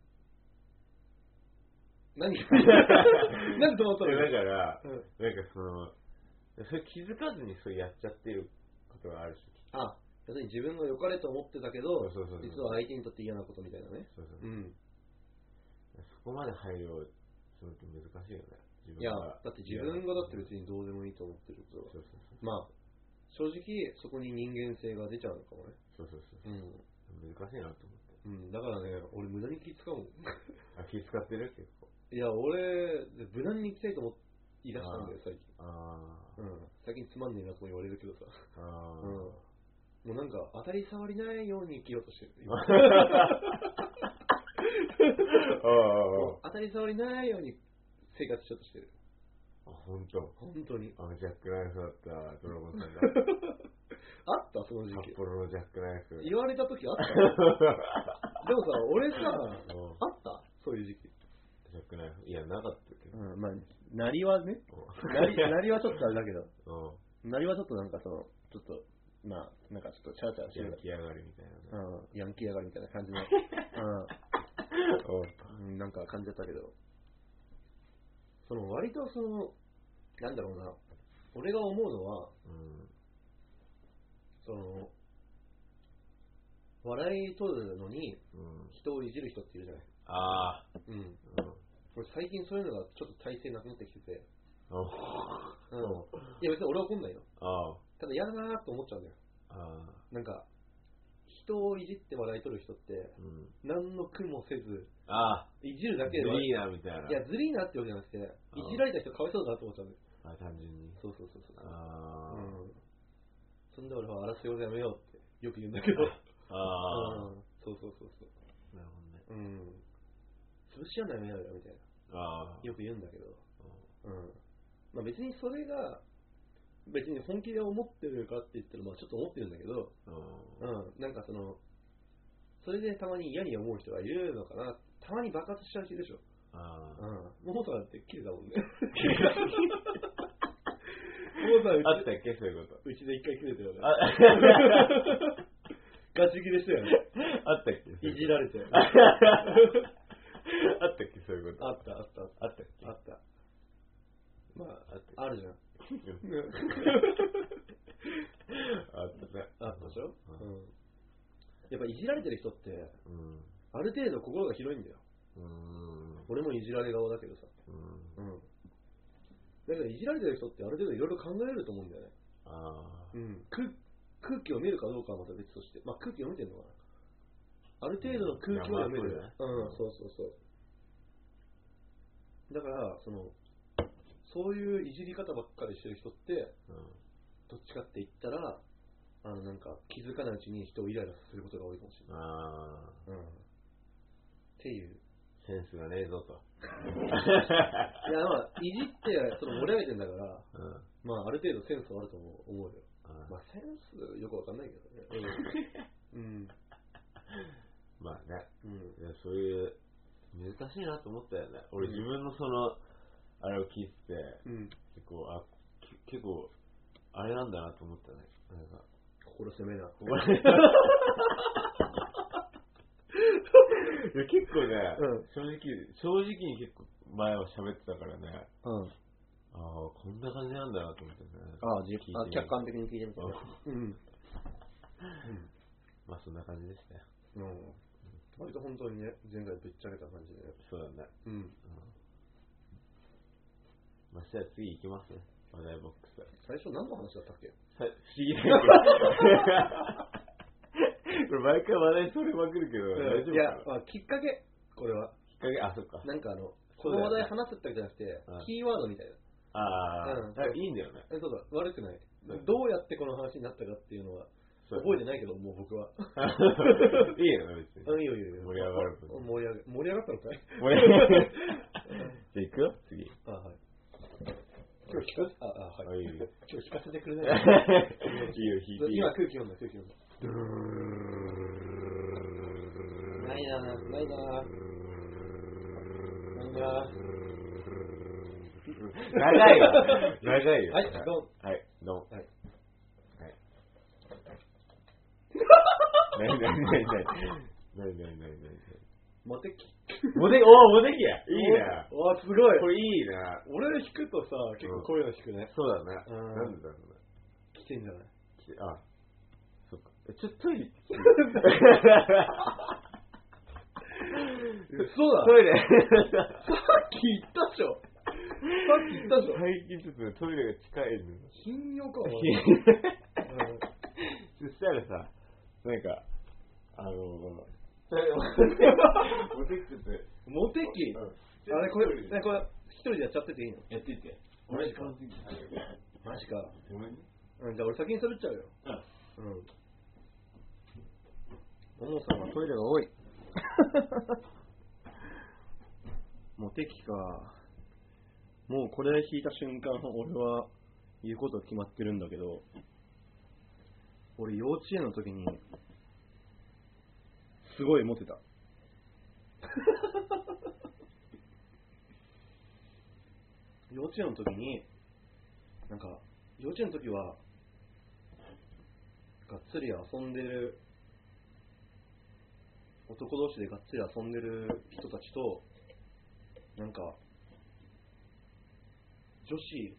Speaker 2: 何 <laughs> 何と思った
Speaker 1: いや
Speaker 2: の
Speaker 1: だから、
Speaker 2: うん。
Speaker 1: なんかその、それ気づかずにそれやっちゃってることがあるし。
Speaker 2: あ、要するに自分が良かれと思ってたけど、
Speaker 1: そうそうそう
Speaker 2: 実は相手にとって嫌なことみたいなね。
Speaker 1: そうそう
Speaker 2: うん。
Speaker 1: そこまで配慮するって難しいよね。自
Speaker 2: いや、
Speaker 1: が
Speaker 2: だって自分がだって別にどうでもいいと思ってること
Speaker 1: そう
Speaker 2: だ
Speaker 1: そう
Speaker 2: まあ、正直そこに人間性が出ちゃうのかもね。
Speaker 1: そう。そうそうそう。難しいなと思って。
Speaker 2: うん。だからね、俺無駄に気使うもん。 <laughs>
Speaker 1: あ、気使ってる結構。
Speaker 2: いや、俺、無難に生きたいと思い出したんだよ、最近。
Speaker 1: あ
Speaker 2: うん。最近つまんねえなとも言われるけどさ。 <laughs>
Speaker 1: ー。あー。
Speaker 2: うん
Speaker 1: <laughs>
Speaker 2: もうなんか、当たり障りないように生きようとしてる。今
Speaker 1: あ
Speaker 2: <laughs> 当たり障りないように生活しようとしてる。
Speaker 1: ー。あ、ほんと。
Speaker 2: 本当に。
Speaker 1: あのジャックナイフだったドラゴンさんが、
Speaker 2: <laughs> あったその時期
Speaker 1: 札。幌のジャックナイフ。
Speaker 2: 言われた時あった <laughs> でもさ、俺さ、あ
Speaker 1: うん
Speaker 2: ったそういう時期。
Speaker 1: ジャックナイフ。いや、なかったけど。
Speaker 2: うん、まあ、なりはね、な <laughs> りなりはちょっとあれだけど、
Speaker 1: うん。
Speaker 2: なりはちょっとなんかその、ちょっと、まあ、なんかちょっとチャラチャラしてる
Speaker 1: 焼き上がりみたいなね。
Speaker 2: うん、ヤンキー上がりみたいな感
Speaker 1: <laughs>
Speaker 2: じの、うん、なんか感じだったけど、その割とその、なんだろうな、俺が思うのは、
Speaker 1: うん。
Speaker 2: その、笑い取るのに
Speaker 1: うん。
Speaker 2: 人をいじる人っているじゃない。
Speaker 1: あ
Speaker 2: うん。
Speaker 1: ー。うん。
Speaker 2: 俺最近そういうのがちょっと体制なくなってきてて、
Speaker 1: あ
Speaker 2: うん。
Speaker 1: うん
Speaker 2: いや別に俺は怒んないよ。
Speaker 1: あー。
Speaker 2: ただ嫌だなーと思っちゃうんだよ。
Speaker 1: あ
Speaker 2: なんか、人をいじって笑い取る人って、
Speaker 1: ー。うん。
Speaker 2: 何の苦もせず、
Speaker 1: あ
Speaker 2: いじる
Speaker 1: ー。
Speaker 2: だ
Speaker 1: ズ
Speaker 2: けで笑い
Speaker 1: リーナみたいな。
Speaker 2: いや、ずりーなってわけじゃなくて、
Speaker 1: うん
Speaker 2: いじられた人かわいそうだなと思っちゃうんだよ。
Speaker 1: あ、単純に。
Speaker 2: そうそうそうそう。
Speaker 1: あー。
Speaker 2: うん。そんで俺は争いをやめようってよく言うんだけど。
Speaker 1: あー。
Speaker 2: うん。そうそうそうそう。
Speaker 1: なるほどね。
Speaker 2: うん。潰し合うのやめようよみたい
Speaker 1: あ
Speaker 2: な。
Speaker 1: ー。
Speaker 2: よく言うんだけど。
Speaker 1: うん
Speaker 2: うん。まあ別にそれが、別に本気で思ってるかって言ったら、まあちょっと思ってるんだけど、
Speaker 1: うん
Speaker 2: うん。なんかその、それでたまに嫌に思う人がいるのかな。たまに爆発しちゃう人いるでしょ。
Speaker 1: あー。
Speaker 2: うん。モーさんって切
Speaker 1: <laughs>
Speaker 2: れたもんね。モーさんうち
Speaker 1: あったっけそういうこと。
Speaker 2: うちで一回切れたよね。
Speaker 1: あ
Speaker 2: ガチ切れしたよね。
Speaker 1: あったっけ <laughs> そう
Speaker 2: <laughs> いうじ
Speaker 1: こ
Speaker 2: られて。
Speaker 1: と
Speaker 2: あ
Speaker 1: あったっけそういうこと。
Speaker 2: った <laughs> あった
Speaker 1: あったっけ
Speaker 2: あった。ま
Speaker 1: あった
Speaker 2: あ、 <laughs> あるじゃん。
Speaker 1: あったね。
Speaker 2: あったでしょ、
Speaker 1: う
Speaker 2: うんん、やっぱいじられてる人って、
Speaker 1: うん。
Speaker 2: ある程度心が広いんだよ。
Speaker 1: うん。
Speaker 2: 俺もいじられ顔だけどさ。
Speaker 1: うん。
Speaker 2: うん。だけど、いじられてる人ってある程度いろいろ考えると思うんだよね。
Speaker 1: あ
Speaker 2: うん。空空気を見るかどうかはまた別として。まあ、空気読めてるのかな。ある程度の空気は読める。
Speaker 1: うん
Speaker 2: うん、そうそうそう。だから、その、そういういじり方ばっかりしてる人って、
Speaker 1: うん。
Speaker 2: どっちかって言ったら、あの、なんか、気づかないうちに人をイライラさせることが多いかもしれない。
Speaker 1: あ
Speaker 2: うん。っていう。
Speaker 1: ー、センスがねえぞと。
Speaker 2: いや、まあ、いじって、その、盛り上げてんだから、
Speaker 1: うん。
Speaker 2: まあ、ある程度センスはあると思う思うよ。
Speaker 1: うん
Speaker 2: まあ、センス、よくわかんないけどね。うん。
Speaker 1: まあね、
Speaker 2: うん。
Speaker 1: いやそういう、難しいなと思ったよね。俺
Speaker 2: うん
Speaker 1: 自分のその、あれを聞いてて、
Speaker 2: うん。
Speaker 1: 結構、あ、き結構、あれなんだなと思ったね。なんか、
Speaker 2: 心攻め
Speaker 1: <laughs>
Speaker 2: な。
Speaker 1: お前いや結構ね、
Speaker 2: うん
Speaker 1: 正直、正直に結構前は喋ってたからね、
Speaker 2: うん。
Speaker 1: ああ、こんな感じなんだなと思ってね。
Speaker 2: ああ、じ
Speaker 1: 聞いてみる
Speaker 2: あ客観的に聞いてみた
Speaker 1: うん
Speaker 2: うん。
Speaker 1: まあそんな感じでしたよ。
Speaker 2: うん。割と本当にね、前回ぶっちゃけた感じで。
Speaker 1: そうだね。
Speaker 2: うん。
Speaker 1: まあ、じゃあ次行きますね。話題ボックス。
Speaker 2: 最初何の話だったっけ
Speaker 1: さ不思議だけ <laughs> ど。これ毎回話題それまくるけど、大丈夫
Speaker 2: いや
Speaker 1: か、
Speaker 2: まあ、きっかけ、これは。
Speaker 1: きっかけ、あ、そっか。
Speaker 2: なんかあの、
Speaker 1: そう
Speaker 2: こ
Speaker 1: だ
Speaker 2: の
Speaker 1: よ
Speaker 2: 話
Speaker 1: ね
Speaker 2: 題話すってわけじゃなくて
Speaker 1: うん、
Speaker 2: キーワードみたいな。
Speaker 1: あ
Speaker 2: う
Speaker 1: ー、
Speaker 2: ん
Speaker 1: だからいいんだよね。
Speaker 2: えそうだ、悪くない
Speaker 1: うん。
Speaker 2: どうやってこの話になったかっていうのは、
Speaker 1: そう
Speaker 2: 覚えてないけど、もう僕は。
Speaker 1: <laughs> いいよね、別に。 <laughs>
Speaker 2: うん、いいよいいよいいよ。
Speaker 1: 盛り上がる分
Speaker 2: 盛り上が盛り上がったのかい
Speaker 1: 盛り上がる <laughs> じゃあ行くよ、次。
Speaker 2: <laughs> あ、はい。今日聞かせ、あ、あ、はい。
Speaker 1: いい <laughs> よ。いいよ
Speaker 2: 今日聞かせてくれない
Speaker 1: 引いていい
Speaker 2: 今
Speaker 1: よ。
Speaker 2: 空気読んだ、空気読んだ。ないなぁ、ないなぁ。ないなぁ。
Speaker 1: 長
Speaker 2: <laughs>
Speaker 1: いよ。 <laughs> 長いよ。
Speaker 2: はい、どう
Speaker 1: はい、どん。
Speaker 2: は
Speaker 1: <laughs>
Speaker 2: い。
Speaker 1: はい。ないないないない。ないないないない。
Speaker 2: モテキ。
Speaker 1: モテ、おお、モテキ <laughs> や。いいね。
Speaker 2: おわ、すごい
Speaker 1: こ。れいいね。
Speaker 2: 俺弾くとさ、結構こういうの弾くね。
Speaker 1: そうだね。
Speaker 2: うん
Speaker 1: なんでだろうね。
Speaker 2: きてんじゃない
Speaker 1: きあ、そっか。えちょっとトイレ行ってきて
Speaker 2: そうだ。
Speaker 1: トイレ。
Speaker 2: さっき言ったでしょ。さっき言ったでしょ。
Speaker 1: 最近ちょっとねトイレが近いのよ。
Speaker 2: 頻尿かも。うん
Speaker 1: そしたらさ、なんか、あの、モテキちょっと、
Speaker 2: モテキ。あれ、これ、ねこれ、一人でやっちゃってていいの
Speaker 1: やっていって。
Speaker 2: 俺
Speaker 1: 完璧。
Speaker 2: マジか。
Speaker 1: ごめんね。
Speaker 2: うん、じゃあ俺先に喋っちゃうよ。うん。ももさんはトイレが多い。モテキか。もうこれ引いた瞬間、俺は言うこと決まってるんだけど、俺幼稚園の時に、すごいモテた。幼稚園の時に、なんか、幼稚園の時は、がっつり遊んでる、男同士でがっつり遊んでる人たちと、なんか、女子、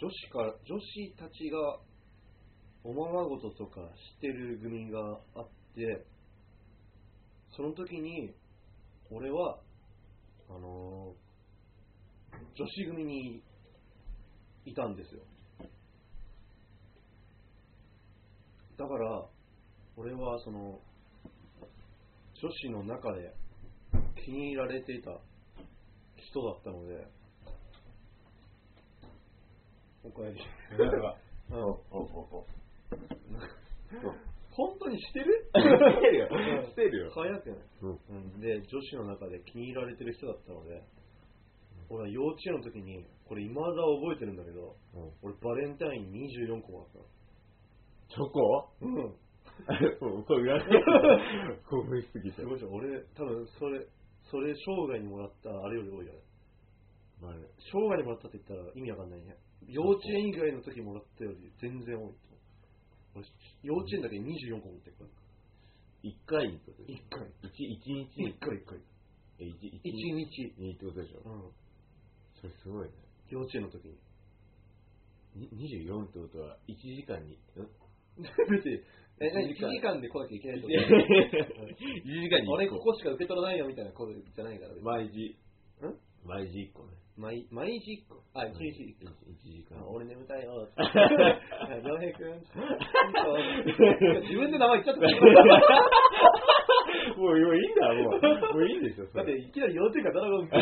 Speaker 2: 女子から、女子たちが、おままごととかしてる組があって、その時に、俺は、あのー女子組にいたんですよ。だから、俺はその、女子の中で気に入られていた人だったので、おかえり。 <laughs> うん
Speaker 1: おおおお。
Speaker 2: 本当にして <laughs> る
Speaker 1: してるよ。してるよ。
Speaker 2: 可愛くない、
Speaker 1: うん
Speaker 2: うんで、女子の中で気に入られてる人だったので、俺は幼稚園の時に、これ未だ覚えてるんだけど、
Speaker 1: うん
Speaker 2: 俺バレンタイン24個もらったの。
Speaker 1: チョコ
Speaker 2: うん。
Speaker 1: うんこれ裏返す興奮しすぎて
Speaker 2: す。ごいじゃん。俺、多分それ、それ生涯にもらったあれより多いよね。
Speaker 1: まあね
Speaker 2: 生涯にもらったって言ったら意味わかんないね。幼稚園以外の時もらったより全然多いと思う。俺、幼稚園だけ24個持ってるから。
Speaker 1: 一回にってことでし
Speaker 2: 一回。
Speaker 1: ょ一一日
Speaker 2: 一
Speaker 1: に。
Speaker 2: 回一回。
Speaker 1: え一一
Speaker 2: 一
Speaker 1: 日
Speaker 2: 日。
Speaker 1: にってことでしょ
Speaker 2: うん。
Speaker 1: それすごいね。
Speaker 2: 幼稚園の時に。
Speaker 1: に24ってことは1時間に。ん
Speaker 2: 別に、え、何、1
Speaker 1: 一時間
Speaker 2: 時間で来なきゃいけないってこ
Speaker 1: 1
Speaker 2: と
Speaker 1: 時間に
Speaker 2: 俺
Speaker 1: 1
Speaker 2: こ
Speaker 1: 個。
Speaker 2: こしか受け取らないよみたいなことじゃないから。
Speaker 1: 毎時。
Speaker 2: ん
Speaker 1: 毎時1個ね。
Speaker 2: 毎毎日1個。あ、1日1個。
Speaker 1: 1時間
Speaker 2: あ。俺眠たい <laughs> よ。 <laughs> 良平くん。自分で名前言っちゃった。
Speaker 1: もう、もういいんだ、もう。もういいんですよ、そ
Speaker 2: <laughs> だっ
Speaker 1: れ。
Speaker 2: ていきなり4点がドラゴンズ <laughs>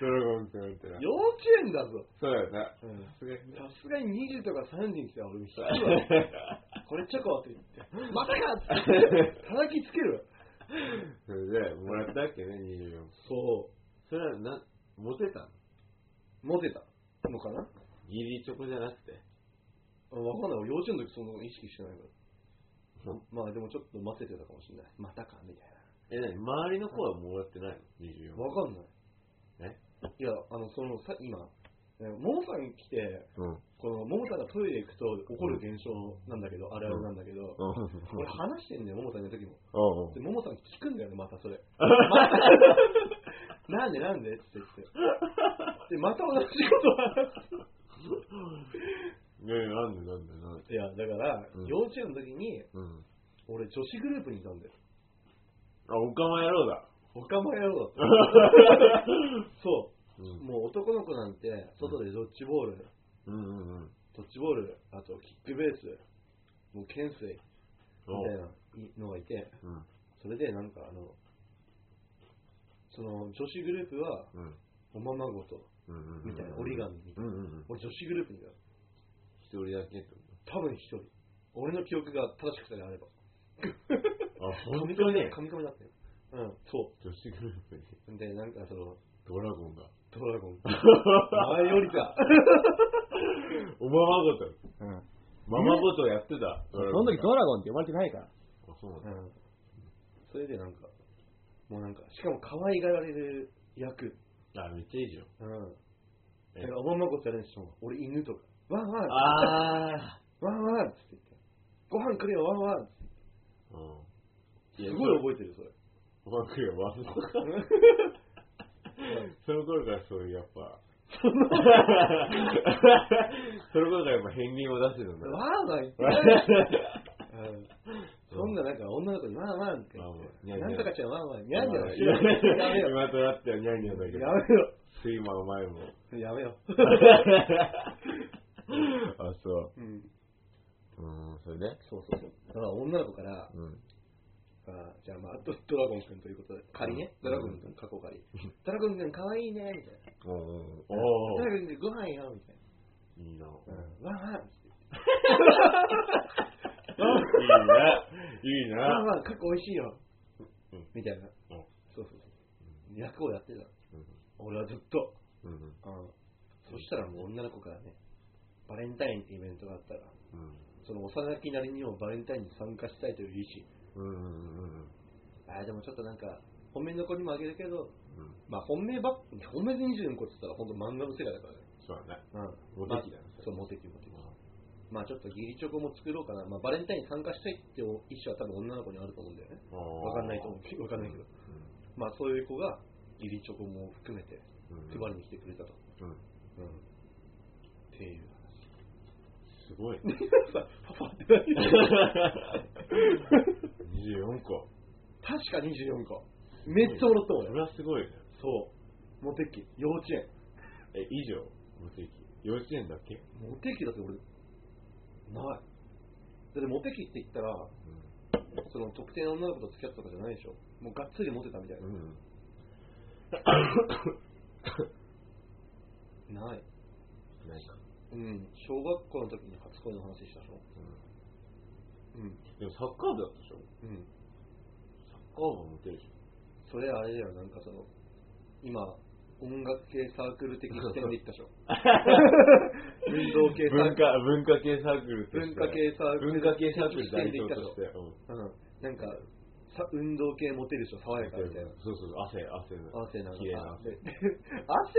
Speaker 1: ドラゴンズみたいな。
Speaker 2: 幼稚園だぞ。
Speaker 1: そうだよね。
Speaker 2: さ
Speaker 1: すげえね。
Speaker 2: すがに20とか30に来たら俺引くわ。 <laughs> これチョコって言って。 <laughs> またかって言って <laughs> 叩きつけるわ。
Speaker 1: それで、もらったっけね、24。
Speaker 2: そ
Speaker 1: それは、な、モテたの
Speaker 2: う。モテたのかな
Speaker 1: ギリチョコじゃなくて。
Speaker 2: あわかんない。俺幼稚園の時その意識してないから
Speaker 1: うん。
Speaker 2: まあでもちょっと待ててたかもしれない。またかみたい
Speaker 1: え、なに、周りの子はもらってないの
Speaker 2: な。わかんない。
Speaker 1: え
Speaker 2: いや、あの、その、さ今、えモモさん来て、
Speaker 1: ?24。うん。
Speaker 2: この、モモさんがトイレ行くと起こる現象なんだけど、あるあるなんだけど、
Speaker 1: うん。
Speaker 2: 俺話してんだよ、モモさんの時も。
Speaker 1: うん。
Speaker 2: で、ももさん聞くんだよね、またそれ。なんでなんでって言って。で、また同じこと話
Speaker 1: ねえ、なんでなんでなんで。
Speaker 2: す。いや、だから、
Speaker 1: うん
Speaker 2: 幼稚園の時に、
Speaker 1: うん。
Speaker 2: 俺、女子グループにいたんだよ。
Speaker 1: あ、おかま野郎だ。
Speaker 2: おかま野
Speaker 1: <laughs>
Speaker 2: 郎だった。そうう。
Speaker 1: ん。
Speaker 2: もう男の子なんて、外でドッジボール、
Speaker 1: うんうんうん。
Speaker 2: ドッジボール、あとキックベース、もう懸垂みたいなのがいて、
Speaker 1: うん。
Speaker 2: それでなんかあの、その女子グループは、
Speaker 1: うん。
Speaker 2: おままごと
Speaker 1: うんうん。
Speaker 2: みたいな、折り紙みたい
Speaker 1: う
Speaker 2: な。
Speaker 1: んうんうん。
Speaker 2: 俺、女子グループにいた。
Speaker 1: 一人だけってこ
Speaker 2: 多分一人。俺の記憶が正しくさえあれば。
Speaker 1: と。あ、
Speaker 2: カ
Speaker 1: 本
Speaker 2: ミカ
Speaker 1: 当
Speaker 2: ミ
Speaker 1: に
Speaker 2: だよカミカミだったよ。うん、そ
Speaker 1: 女子グループに
Speaker 2: う。で、なんかその、
Speaker 1: ドラゴンが。
Speaker 2: ドラゴ
Speaker 1: <laughs>
Speaker 2: ン。前よりか。
Speaker 1: おままごと。
Speaker 3: うん。
Speaker 1: ままごとやってた。
Speaker 3: その時ドラゴンって呼ばれてないから。
Speaker 1: あ、そうなん
Speaker 2: う
Speaker 1: だ。
Speaker 2: ん。それでなんか、もうなんか、しかも可愛がられる役。
Speaker 1: あ、めっちゃいいじゃん。
Speaker 2: うん。
Speaker 1: え
Speaker 2: だから、おままごとやるにしても、俺犬とか、ワンワン
Speaker 1: あ
Speaker 2: ワンワンって言って、ご飯くれよ、ワンワンって
Speaker 1: ー。うん。
Speaker 2: すごい覚えて <laughs> る、それ。
Speaker 1: うまくよ、わんこ。その頃からそういう、やっぱ。その頃からやっぱ片鱗を出してるんだ。
Speaker 2: ワンワン言ってない。うんそんななんか女の子にワンワンって言
Speaker 1: ワ
Speaker 2: って、
Speaker 1: ンワン
Speaker 2: なんとかちゃんワンワン、に
Speaker 1: や
Speaker 2: ゃ
Speaker 1: ん
Speaker 2: んにゃんし <laughs> ろやめよ。
Speaker 1: 今となってはニャンニャンだけど
Speaker 2: や。めよ。
Speaker 1: 睡魔お前も。
Speaker 2: やめ <laughs> よ。
Speaker 1: あ、そ
Speaker 2: うん。
Speaker 1: う。うん、それで
Speaker 2: そうそうそう。だから女の子から、
Speaker 1: うん。
Speaker 2: あじゃあまあドドラゴンくんということで、仮ね、
Speaker 1: うん
Speaker 2: ドラゴンくん、過去仮。ドラゴンくんかわいいね、みたいな。
Speaker 1: おー
Speaker 2: ド
Speaker 1: お
Speaker 2: ラゴンくんご飯よ、みたい
Speaker 1: ーいいな。
Speaker 2: な。うん。ワンワンっ
Speaker 1: い
Speaker 2: て
Speaker 1: いな。いい
Speaker 2: 言って。ワン
Speaker 1: な。
Speaker 2: ワン、過去おいしいよ
Speaker 1: うん。
Speaker 2: みたいな。
Speaker 1: うん
Speaker 2: そうそうそう。役をやってた。
Speaker 1: うん
Speaker 2: 俺はずっと。
Speaker 1: うんうん
Speaker 2: うん。そしたらもう女の子からね、バレンタインってイベントがあったら、その幼きなりにもバレンタインに参加したいという意思。
Speaker 1: うんうんうんうんうん
Speaker 2: あーでもちょっとなんか、本命の子にもあげるけど、
Speaker 1: うん
Speaker 2: まあ本命ばっ本命で24個って言ったら本当漫画の世界だからね。
Speaker 1: そうだね。
Speaker 2: う
Speaker 1: モ
Speaker 2: ん。
Speaker 1: テ期だね
Speaker 2: まあそう、モテ期、モテ期。まあちょっとギリチョコも作ろうかな。まあバレンタインに参加したいっていう意思は多分女の子にあると思うんだよね。わ
Speaker 1: わ
Speaker 2: かんないと思うけど。わかんないけど。まあそういう子がギリチョコも含めて
Speaker 1: うん
Speaker 2: 配りに来てくれたと。
Speaker 1: うん
Speaker 2: うん。っていう
Speaker 1: すごいね。
Speaker 2: 話。さ、パパって何
Speaker 1: 24個。
Speaker 2: 確か24個。めっちゃもらったもん
Speaker 1: そ
Speaker 2: 俺
Speaker 1: れはすごいね。
Speaker 2: そう。モテ期、幼稚園。
Speaker 1: え、以上、モテ期。幼稚園だっけ
Speaker 2: モテ期だって俺、ない。だってモテ期って言ったら、その特定の女の子と付き合ったとかじゃないでしょ。もうがっつりモテたみたいな。
Speaker 1: ん。
Speaker 2: な
Speaker 1: ない
Speaker 2: い。
Speaker 1: か。
Speaker 2: うん。小学校の時に初恋の話したでしょ。
Speaker 1: うん
Speaker 2: うん。
Speaker 1: でもサッカー部だったでしょ
Speaker 2: うん。
Speaker 1: サッカー部はモテるでし
Speaker 2: それあれだよ、なんかその、今、音楽系サークル的視点で言ったでしょ。運動系
Speaker 1: ょ
Speaker 2: サー
Speaker 1: 文
Speaker 2: ク
Speaker 1: 化、文化
Speaker 2: ル。
Speaker 1: 系サークルとして。
Speaker 2: 文化系サークル
Speaker 1: 文化系サークル
Speaker 2: 的視点で
Speaker 1: 代表
Speaker 2: 言った
Speaker 1: と
Speaker 2: でしょ
Speaker 1: して。うん
Speaker 2: うん。なんか、さ運動系モテるでしょ、爽やかみたいな。
Speaker 1: そうそうそう、汗、汗の。
Speaker 2: 汗なんか
Speaker 1: 綺麗な汗。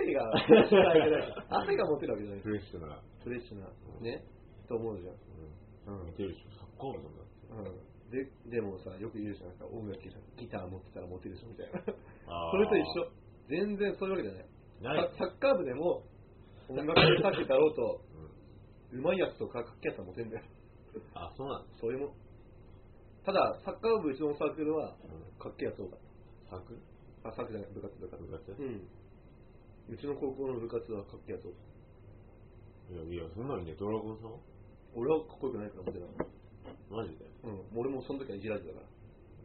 Speaker 2: 汗が主体がない汗がモテるわけじゃない
Speaker 1: フレッシュな。
Speaker 2: フレッシュなねと思うじゃん
Speaker 1: うん。モテるでしょ。サッカー部なんだって。
Speaker 2: うんででもさよく言うじゃんなんか音楽じゃんギター持ってたらモテるでしょみたいな
Speaker 1: あー
Speaker 2: それと一緒全然そういうわけじゃな
Speaker 1: ない。
Speaker 2: いササッカー部でも音楽でさっきだろうと
Speaker 1: うん
Speaker 2: うまいやつとかかっけやつはモテるんだよ
Speaker 1: あ、そうなんだ。
Speaker 2: そういうもんただサッカー部うちのサークルは
Speaker 1: うん
Speaker 2: かっけやつ多かっ
Speaker 1: サークル
Speaker 2: たあサークルじゃない部活部活
Speaker 1: 部活
Speaker 2: うんうちの高校の部活はかっけやつ多かった
Speaker 1: いや、いや、そんなにね、ドラゴンさん
Speaker 2: 俺はかっこよくないからモテない
Speaker 1: マジで
Speaker 2: うん、俺もその時はいじられてたから。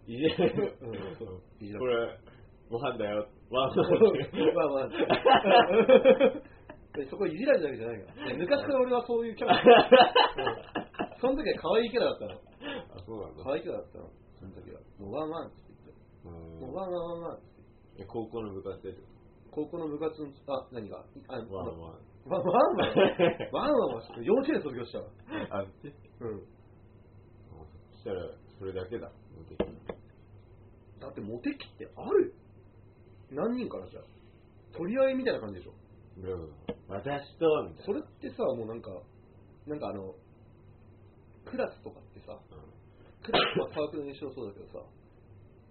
Speaker 1: いじれる
Speaker 2: うん、そういじら
Speaker 1: こ
Speaker 2: れて
Speaker 1: れ、ご飯だ <laughs> よ。ワン
Speaker 2: た。まあまあ。でそこいじられてたわけじゃないから。昔から俺はそういうキャラだった、うんその時は可愛いキャラだったの。
Speaker 1: あ、そうなん
Speaker 2: 可愛いキャラだったの。その時は。もうワンワンって言って。
Speaker 1: うん
Speaker 2: もうワンワンワンワンって
Speaker 1: え
Speaker 2: 言って。
Speaker 1: 高校の部活でってこ
Speaker 2: 高校の部活の、あ、何があ、
Speaker 1: とワ
Speaker 2: あの
Speaker 1: ンワン。
Speaker 2: ワンワンワンワンワンは幼稚園卒業したわ。
Speaker 1: あ、そっち
Speaker 2: うん。
Speaker 1: そしたら、それだけだ。モテ期
Speaker 2: だってモテ期ってある何人からじゃあ取り合いみたいな感じでしょ
Speaker 1: うん。私と、みたいな。
Speaker 2: それってさ、もうなんか、なんかあの、クラスとかってさ、
Speaker 1: う
Speaker 2: クラスはサークルにしろそうだけどさ、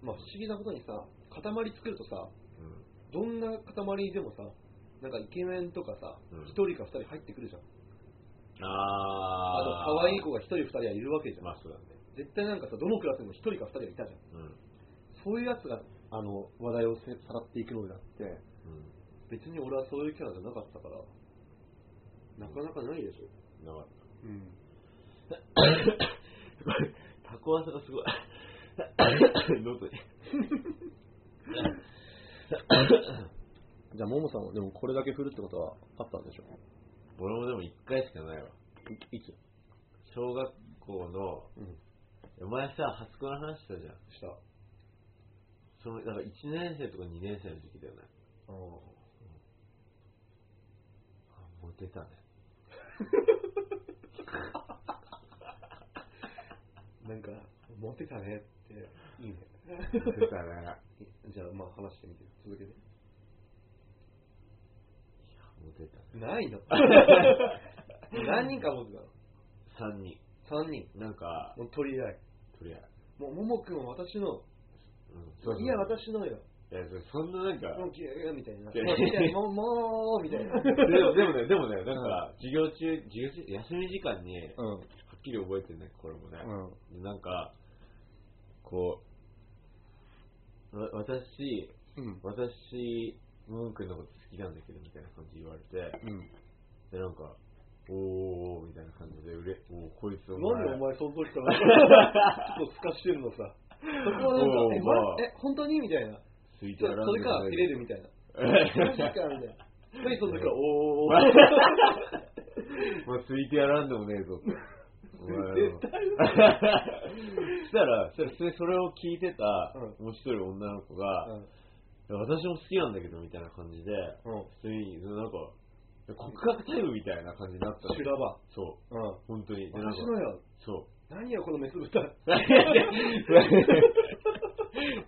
Speaker 2: まあ不思議なことにさ、塊作るとさ、
Speaker 1: ん。うん。
Speaker 2: どんな塊でもさ、なんかイケメンとかさ
Speaker 1: うん、
Speaker 2: 一、人か二人入ってくるじゃん。あ
Speaker 1: あー。
Speaker 2: と可愛い子が一人二人はいるわけじゃん。
Speaker 1: まあ、そうだね。
Speaker 2: 絶対なんかさ、どのクラスにも一人か二人はいたじゃ
Speaker 1: う
Speaker 2: ん。
Speaker 1: ん。
Speaker 2: そういうやつが、あの、話題をせさらっていくのであって、
Speaker 1: う
Speaker 2: 別に俺はそういうキャラじゃなかったから、なかなかないでしょ。
Speaker 1: ん。なかった。
Speaker 2: うん。
Speaker 1: すごい。タコワサがす <laughs> ごい。喉に。
Speaker 3: じゃあ、ももさんはでもこれだけ振るってことはあったんでしょ
Speaker 1: 俺もでも一回しかないわ。
Speaker 3: いいつ
Speaker 1: 小学校の、
Speaker 2: うん。
Speaker 1: お前さ、初恋の話したじゃん。
Speaker 2: した。あ
Speaker 1: その、なんか1年生とか2年生の時期だよね。
Speaker 2: あ。
Speaker 1: あモテたね。
Speaker 2: なんか、モテたねって、いいね。
Speaker 1: モテたね。
Speaker 2: <laughs> じゃあ、まあ話してみて、続けて。
Speaker 1: <laughs> モテたね。
Speaker 2: ない <laughs> の何人か持って
Speaker 1: 3人。
Speaker 2: たの ?3 人。
Speaker 1: なんか、
Speaker 2: もう取り合い。
Speaker 1: とりあえ
Speaker 2: もう、ももくんは私の、
Speaker 1: ず。うん
Speaker 2: いや、。私のよ。
Speaker 1: いや、そそんななんか、
Speaker 2: もう、ギューみたいな。
Speaker 1: ギュー
Speaker 2: いやもう、もう、みたいな。
Speaker 1: でもでもね、でもね、なんか、授業中、授業中、休み時間に、は
Speaker 3: うん。
Speaker 1: っきり覚えてるね、これもね。
Speaker 3: うん。
Speaker 1: でなんか、こう、わ私、
Speaker 3: うん。
Speaker 1: 私、モン君のこと好きなんだけど、みたいな感じで言われて、
Speaker 3: うん。
Speaker 1: で、なんか、おー、みたいな感じで、うれ、おー、こいつお
Speaker 2: なんでお
Speaker 1: 前、
Speaker 2: 前その時から、ちょっと透かしてるのさ。そこはなんか
Speaker 1: おう、
Speaker 2: え、
Speaker 1: まあ
Speaker 2: ま、え、本当にみたいな。
Speaker 1: つい
Speaker 2: そ
Speaker 1: て
Speaker 2: れ
Speaker 1: やらん
Speaker 2: それか、
Speaker 1: で
Speaker 2: 照れるみ <laughs> たいな。マ
Speaker 1: <laughs>
Speaker 2: ジか、みた <laughs> いな。それその時は、おお。 <laughs>
Speaker 1: もうついてやらんでもねえぞって。
Speaker 2: 絶対
Speaker 1: そしたら、それそれそれを聞いてた、
Speaker 2: う
Speaker 1: もう一人女の子が、いや私も好きなんだけどみたいな感じで、
Speaker 2: うん。
Speaker 1: 普通に、なんか、告白タイムみたいな感じになったの
Speaker 2: 修羅場。
Speaker 1: そう、
Speaker 2: うん。
Speaker 1: 本当に。でなんか
Speaker 2: 私のよ。 <laughs>
Speaker 1: そう。
Speaker 2: 何よ、このメ
Speaker 1: <laughs>
Speaker 2: ス豚。い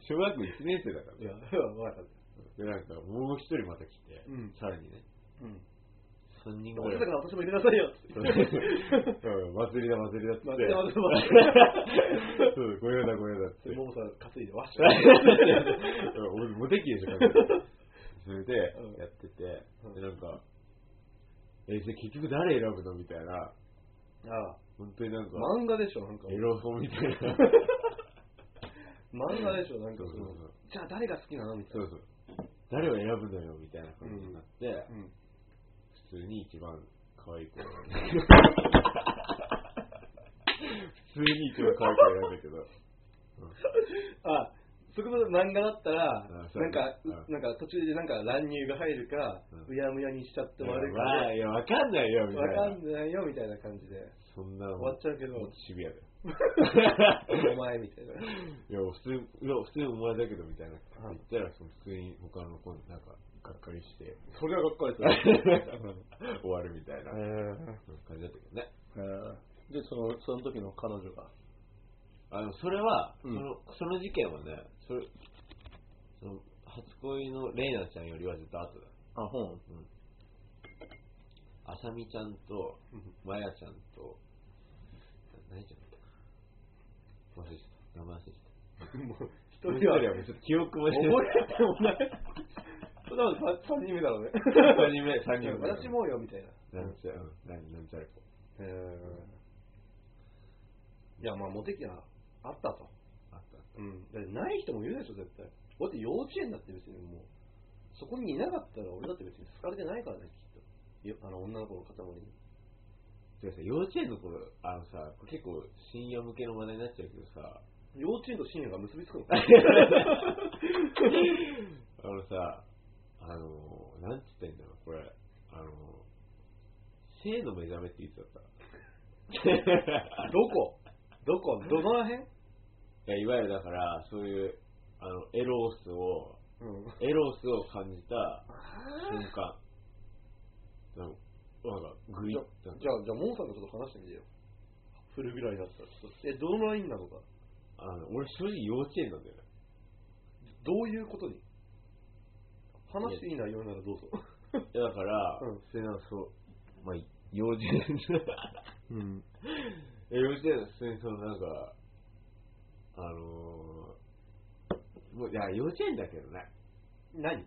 Speaker 1: 小学校1年生だから。
Speaker 2: や、わかった。
Speaker 1: で、なんか、もう一人また来て、
Speaker 2: うん
Speaker 1: さらにね、
Speaker 2: うん。
Speaker 1: 3人ぐ
Speaker 2: 俺
Speaker 1: らい
Speaker 2: だ。から私も入れなさいよ。
Speaker 1: うん祭りだ祭りだっつって。
Speaker 2: まあ、でも、でも、
Speaker 1: そう、ご用だご用だっ <laughs> つって。
Speaker 2: ももさん担いで、わっしょ。
Speaker 1: 俺、モテ期でしょ、完全にそれで
Speaker 2: うん、
Speaker 1: やってて、
Speaker 2: うん
Speaker 1: で、なんか、え、じゃあ結局誰選ぶのみたいな、
Speaker 2: ああ、
Speaker 1: 本当になんか、
Speaker 2: 漫画でしょ、なんか。
Speaker 1: エロ本みたい <laughs> な。
Speaker 2: 漫画でしょ、なんか
Speaker 1: そう
Speaker 2: そ
Speaker 1: そう
Speaker 2: の
Speaker 1: そ、う。
Speaker 2: じゃあ誰が好きなのみたい
Speaker 1: そ
Speaker 2: な。
Speaker 1: うそう。誰を選ぶのよみたいな感じになって、
Speaker 2: うん。
Speaker 1: 普通に一番可愛い子を選んで <laughs> 普通に一番可愛い子を選んだけど、
Speaker 2: あ、そこまで漫画だったら、
Speaker 1: うんそう
Speaker 2: なんか、
Speaker 1: うん
Speaker 2: うなんか途中でなんか乱入が入るか、
Speaker 1: うん
Speaker 2: うやむやにしちゃって
Speaker 1: で <laughs>
Speaker 2: 終
Speaker 1: も
Speaker 2: わ
Speaker 1: あ
Speaker 2: る
Speaker 1: れ
Speaker 2: か、
Speaker 1: まあ、いや、わかんないよ、みたいな。
Speaker 2: わかんないよみたいな感じで、
Speaker 1: そんな
Speaker 2: 終わっちゃうけど
Speaker 1: もっとシビア
Speaker 2: <laughs>
Speaker 1: だよ。
Speaker 2: お前みたいな。
Speaker 1: いや、普通、いや、普通にお前だけどみたいな。言ったら、その普通に他の子になんか、がっかり
Speaker 2: <laughs>
Speaker 1: して、
Speaker 2: それはがっかりす <laughs>
Speaker 1: 終わるみたいな
Speaker 3: えー
Speaker 1: 感じだったけどね。
Speaker 3: で、その、その時の彼女が。
Speaker 1: あの、それは、
Speaker 3: うん
Speaker 1: その、その事件はね、それ、その、初恋のレイナちゃんよりは絶対後だ。
Speaker 3: あ、ほん。
Speaker 1: あさみちゃんと
Speaker 2: うん、
Speaker 1: まやちゃんと、な何ちゃんだったかな忘れてた。名前忘れてた。
Speaker 2: もう、一
Speaker 1: もう一
Speaker 2: 人は、
Speaker 1: 人はもうちょっと記憶も
Speaker 2: 覚
Speaker 1: してない。
Speaker 2: えてもない。それは3人目だろうね。
Speaker 1: 3人目、3人
Speaker 2: <laughs>
Speaker 1: 目。
Speaker 2: 私もよみたいな。
Speaker 1: なんちゃ、うん、なんなんちゃらこ。
Speaker 2: へーいや、まあ、モテ期はあったと。
Speaker 1: あった。
Speaker 2: うん。だってない人もいるでしょ、絶対。だって幼稚園だって別にもう、そこにいなかったら俺だって別に好かれてないからね、きっと。いやあの、女の子の塊に。
Speaker 1: てかさ、幼稚園の頃、あのさ、これ結構深夜向けの話題になっちゃうけどさ、
Speaker 2: 幼稚園と深夜が結びつく <laughs> の
Speaker 1: あのさ、あの、なんつったらいいんだろう、これ、あの、性の目覚めっていつだった
Speaker 2: どこどこどのらへん
Speaker 1: いやいわゆるだから、そういう、あの、エロスを、
Speaker 2: うん。
Speaker 1: エロスを感じた瞬間、なんか、なんかグリッなんか
Speaker 2: じゃあ、じゃあ、モンさんのこと話してみてよ。振るぐらいだったら、ちょっと。え、どのラインなのか。
Speaker 1: あの、俺正直幼稚園なんだよね。
Speaker 2: どういうことに話していい内容ならどうぞ。
Speaker 1: いやだから、
Speaker 2: うん
Speaker 1: それなんかそう、まあ、幼稚園、
Speaker 3: うん。
Speaker 1: え <laughs> 幼稚園の普通にそのなんか、あのー、もういや、幼稚園だけどね。 <laughs>
Speaker 2: 何
Speaker 1: い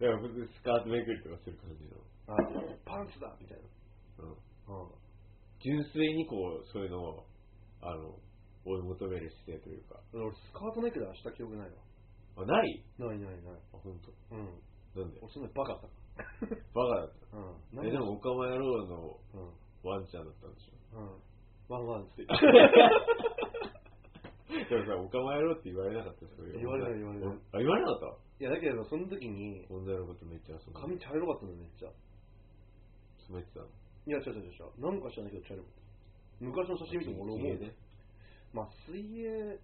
Speaker 1: や、普通にスカートめくりとかする感じの。
Speaker 2: <laughs> あパンツだみたいな。
Speaker 1: うん。
Speaker 2: うん。
Speaker 1: 純粋にこう、そういうのを、あの、追い求める姿勢というか。
Speaker 2: 俺、スカートネックで明日記憶ない
Speaker 1: あ、ない
Speaker 2: わ。ないないない。
Speaker 1: あ、ほんと。
Speaker 2: うん。
Speaker 1: なんで
Speaker 2: 俺、そんなバカだか
Speaker 1: バカだっ
Speaker 2: ら。うん。
Speaker 1: た。え、でも、オカマ野郎の
Speaker 2: うん。うん。
Speaker 1: ワンちゃんだったんでしょ。 <laughs>
Speaker 2: ワンワンって。
Speaker 1: でもさ、オカマ野郎って言われなかったそういう
Speaker 2: 言われない言われない
Speaker 1: あ、言われなかっ
Speaker 2: <laughs> いや、だけど、その時に、
Speaker 1: た女の子とめっちゃ遊んで。
Speaker 2: 髪茶色かったのめっちゃ。
Speaker 1: 詰めてたの。
Speaker 2: いや、違う違う違う。なんか知らないけど茶色かった。昔の写真見ても俺思う
Speaker 1: ね。
Speaker 2: まあ、水泳、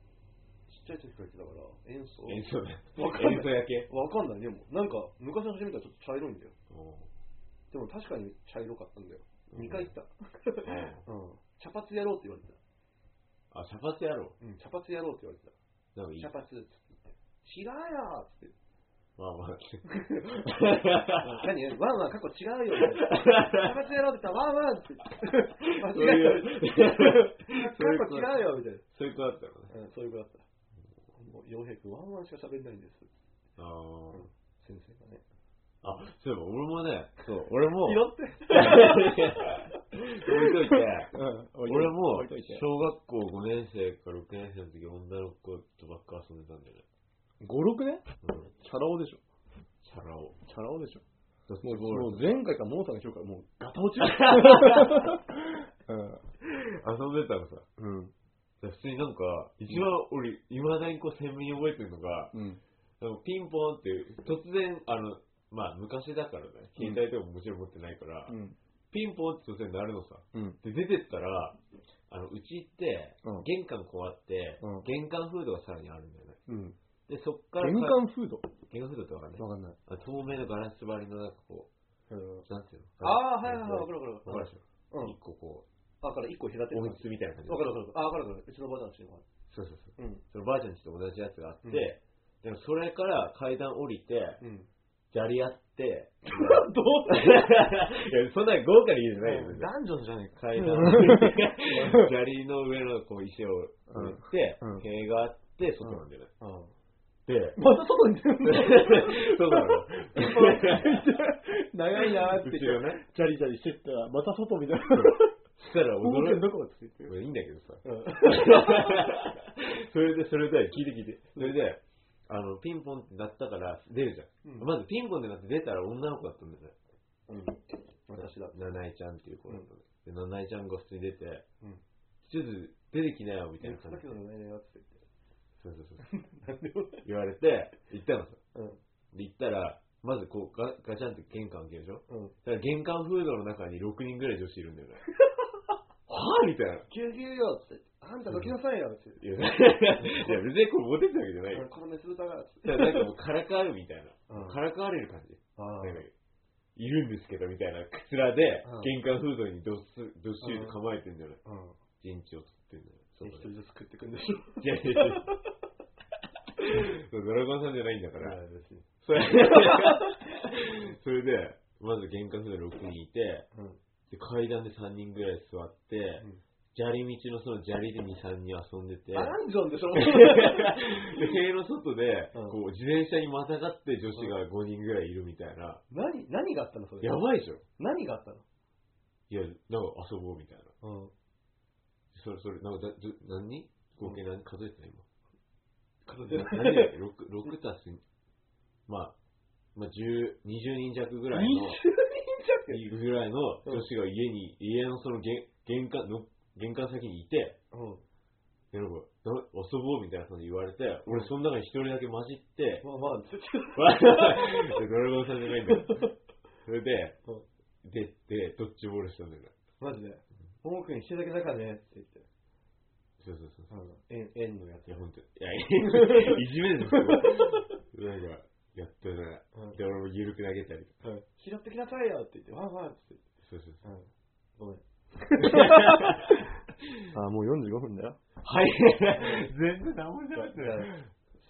Speaker 2: ちっちゃい時からやってたから、演奏。
Speaker 1: 演奏ね。
Speaker 2: わかんない
Speaker 1: 演奏焼け。
Speaker 2: わかんない、でも。なんか、昔の写真見たらちょっと茶色いんだよ。
Speaker 1: うん
Speaker 2: でも確かに茶色かったんだよ。
Speaker 1: うん
Speaker 2: 2回行った。
Speaker 1: うん
Speaker 2: うん。茶髪やろうって言われてた。
Speaker 1: あ、茶髪やろ
Speaker 2: うん、茶髪やろうって言われてた。
Speaker 1: う。なんかいい
Speaker 2: 茶。髪っつって。違うよっつって。
Speaker 1: まあまあ。
Speaker 2: 何ワンワン、過去違
Speaker 1: <laughs>
Speaker 2: うよ。茶髪やろうって言ったらワンワンっつって。間
Speaker 1: そうい
Speaker 2: 違
Speaker 1: う
Speaker 2: え、た。
Speaker 1: そういう
Speaker 2: <laughs> 過去
Speaker 1: 子
Speaker 2: 違うよみたい
Speaker 1: そういう子だったのね。
Speaker 2: な。うん、そういう子だった。もう、洋平君、ワンワンしか喋んないんです。
Speaker 1: あー
Speaker 2: 先生がね。
Speaker 1: あ、そういえば俺もね、そう、俺も、
Speaker 2: 拾
Speaker 1: <laughs>
Speaker 2: って。
Speaker 1: 置いといて、
Speaker 3: うん。
Speaker 1: 俺も
Speaker 3: 置いといて、
Speaker 1: 小学校5年生から6年生の時、女の子とばっか遊んでたんだよね。
Speaker 3: 5、6年
Speaker 1: うん、
Speaker 3: チャラ男でしょ。
Speaker 1: チャラを。
Speaker 3: チャラ男でしょ。
Speaker 1: ドッジ
Speaker 3: もう
Speaker 1: ボー
Speaker 3: も
Speaker 1: ル
Speaker 3: う前回からモンさんの評価もうガタ落ちだ
Speaker 1: 遊んでたのさ。
Speaker 3: うん。うん。
Speaker 1: 普通になんか、一番俺、いまだにこう鮮明に覚えてるのが、
Speaker 3: うん。
Speaker 1: あのピンポンって、突然、あの、まあ昔だからね、携帯とかももちろん持ってないから、
Speaker 3: うん。
Speaker 1: ピンポンって突然鳴るのさ。
Speaker 3: うん。
Speaker 1: で、出てったら、あの、うち行って
Speaker 3: うん、
Speaker 1: 玄関こうあって
Speaker 3: うん、
Speaker 1: 玄関フードがさらにあるんだよね。
Speaker 3: うん。
Speaker 1: で、そっから、
Speaker 3: 玄関フード
Speaker 1: 玄関フードってわかんない
Speaker 3: わかんない。
Speaker 1: あ透明のガラス張りのなんかこ
Speaker 2: うん
Speaker 1: う、なんていうの
Speaker 2: ああ、はいはいはい、わかるわか
Speaker 1: わかる
Speaker 2: る。
Speaker 1: でし
Speaker 2: う
Speaker 1: ょ
Speaker 2: ん
Speaker 1: 一。個こ
Speaker 2: だから1個平手
Speaker 1: う、
Speaker 2: に
Speaker 1: 温
Speaker 2: 分か
Speaker 1: 室みたいな感じ
Speaker 2: るわかるわかる。あ、わかるわかる。うちのばあちゃんの
Speaker 1: そうそうそう。
Speaker 2: うん。
Speaker 1: そのばあちゃんちと同じやつがあって、
Speaker 2: うん
Speaker 1: でもそれから階段降りて、
Speaker 2: うん。
Speaker 1: じゃり合って、
Speaker 2: ど
Speaker 1: <laughs>
Speaker 2: う
Speaker 1: いや、そんな豪華に言うんじゃないよ、
Speaker 2: うん
Speaker 1: 男女じゃない階段を降りて、 <laughs> 砂利の上のこう石を植えて
Speaker 3: うんうん、
Speaker 1: 塀があって、外なんだよね。
Speaker 2: うん。
Speaker 3: <laughs>
Speaker 1: で、
Speaker 3: また外に出るんだよ。
Speaker 1: 外なの。
Speaker 3: 長いなー <laughs> って言
Speaker 1: 後ろ
Speaker 3: って、
Speaker 1: ね
Speaker 3: ジャリジャリしてったら、また外みたいな。
Speaker 1: そしたら
Speaker 3: 本
Speaker 1: 驚い
Speaker 3: どこって言って。
Speaker 1: て、いいんだけど
Speaker 2: <laughs>
Speaker 1: さ。
Speaker 2: うん。
Speaker 1: それで、それで、聞いて聞いて。それで、あの、ピンポンって鳴ったから出るじゃん。
Speaker 2: うん
Speaker 1: まずピンポンって鳴って出たら女の子だったんだよね。
Speaker 2: うん。私だ。
Speaker 1: ななえちゃんっていう子だったの。で、ななえちゃんが普通に出て、
Speaker 2: うん
Speaker 1: ちょっと出てきなよみたい
Speaker 2: 言
Speaker 1: な
Speaker 2: っ
Speaker 1: 感
Speaker 2: ただ
Speaker 1: じ
Speaker 2: けどね、やつって
Speaker 1: そうそうそう。
Speaker 2: 言って。なんで
Speaker 1: 言われて、行ったのさ。
Speaker 2: うん。
Speaker 1: で、行ったら、まずこうガ、ガチャンって玄関開けるでしょ
Speaker 2: うん。
Speaker 1: だから玄関フードの中に6人ぐらい女子いる
Speaker 2: <laughs>
Speaker 1: んだよね。はぁみたいな。
Speaker 2: 救急よって言って。あんたどきなさいよって言っ
Speaker 1: いや、
Speaker 2: <laughs>
Speaker 1: いや別にこれモテてるわけじゃない
Speaker 2: て。
Speaker 1: よ。
Speaker 2: このメス豚がって
Speaker 1: だからなんかもうからかうみたいな。
Speaker 2: うん
Speaker 1: からかわれる感じ。
Speaker 2: ああ
Speaker 1: なんかいるんですけどみたいなくつらで、
Speaker 2: うん
Speaker 1: 玄関フードにどっしどっしりと構えてんだよね。
Speaker 2: うん。
Speaker 1: 陣地を取ってんだよ。
Speaker 2: 一
Speaker 1: 外で
Speaker 2: 人ずつ食ってくんでしょ。
Speaker 1: いやいやい
Speaker 2: <laughs>
Speaker 1: や。ドラゴンさんじゃないんだから。
Speaker 2: 別に。
Speaker 1: それ <laughs> それで、まず玄関フード6人いて、
Speaker 2: うん。
Speaker 1: で階段で3人ぐらい座って、
Speaker 2: ん
Speaker 1: 砂利道のその砂利で2、3人遊 <laughs> んでて、
Speaker 2: ダンジョンでしょ。
Speaker 1: で塀の外で、
Speaker 2: うん
Speaker 1: こう自転車にまたがって女子が5人ぐらいいるみたいな、
Speaker 2: 何、何があったのそれ。
Speaker 1: やばいでしょ
Speaker 2: 何があった
Speaker 1: いや、なんか遊ぼうみたいな。
Speaker 2: のうん。
Speaker 1: それ、それ、なんかだ、ど何人合計何数えてた今。
Speaker 2: 数え
Speaker 1: 何
Speaker 2: て
Speaker 1: 人だっけ 6, 6足す、まあ、まあ、10、20人弱ぐらいの。
Speaker 2: 20
Speaker 1: いいぐらいの女子が家に、家のその玄玄関の、玄関先にいて、
Speaker 2: うん。
Speaker 1: でなんかな遊ぼうみたいな感じで言われて、俺その中に一人だけ混じって、
Speaker 2: <laughs> まあまあ、ちょっと
Speaker 1: わドラゴンさんじゃないんだよ。それで
Speaker 2: う、
Speaker 1: 出て、ドッジボールしたんだよね。
Speaker 2: マジで。ももくん一人だけだからねって言って。
Speaker 1: そうそうそう。
Speaker 2: あの、円、円のやつ。
Speaker 1: いや、ほんと、いや、いじめるんですよ。なんか、やってるね。
Speaker 2: うん。
Speaker 1: で、俺も緩く投げたり。
Speaker 2: うん拾ってきなさいよって言って、わあわあって言って。
Speaker 1: そうそうそう。
Speaker 2: うん。ごめん。
Speaker 3: あ、もう45分だよ。
Speaker 1: はい。全然何も
Speaker 2: じ
Speaker 1: じ
Speaker 2: ゃあ、じゃあ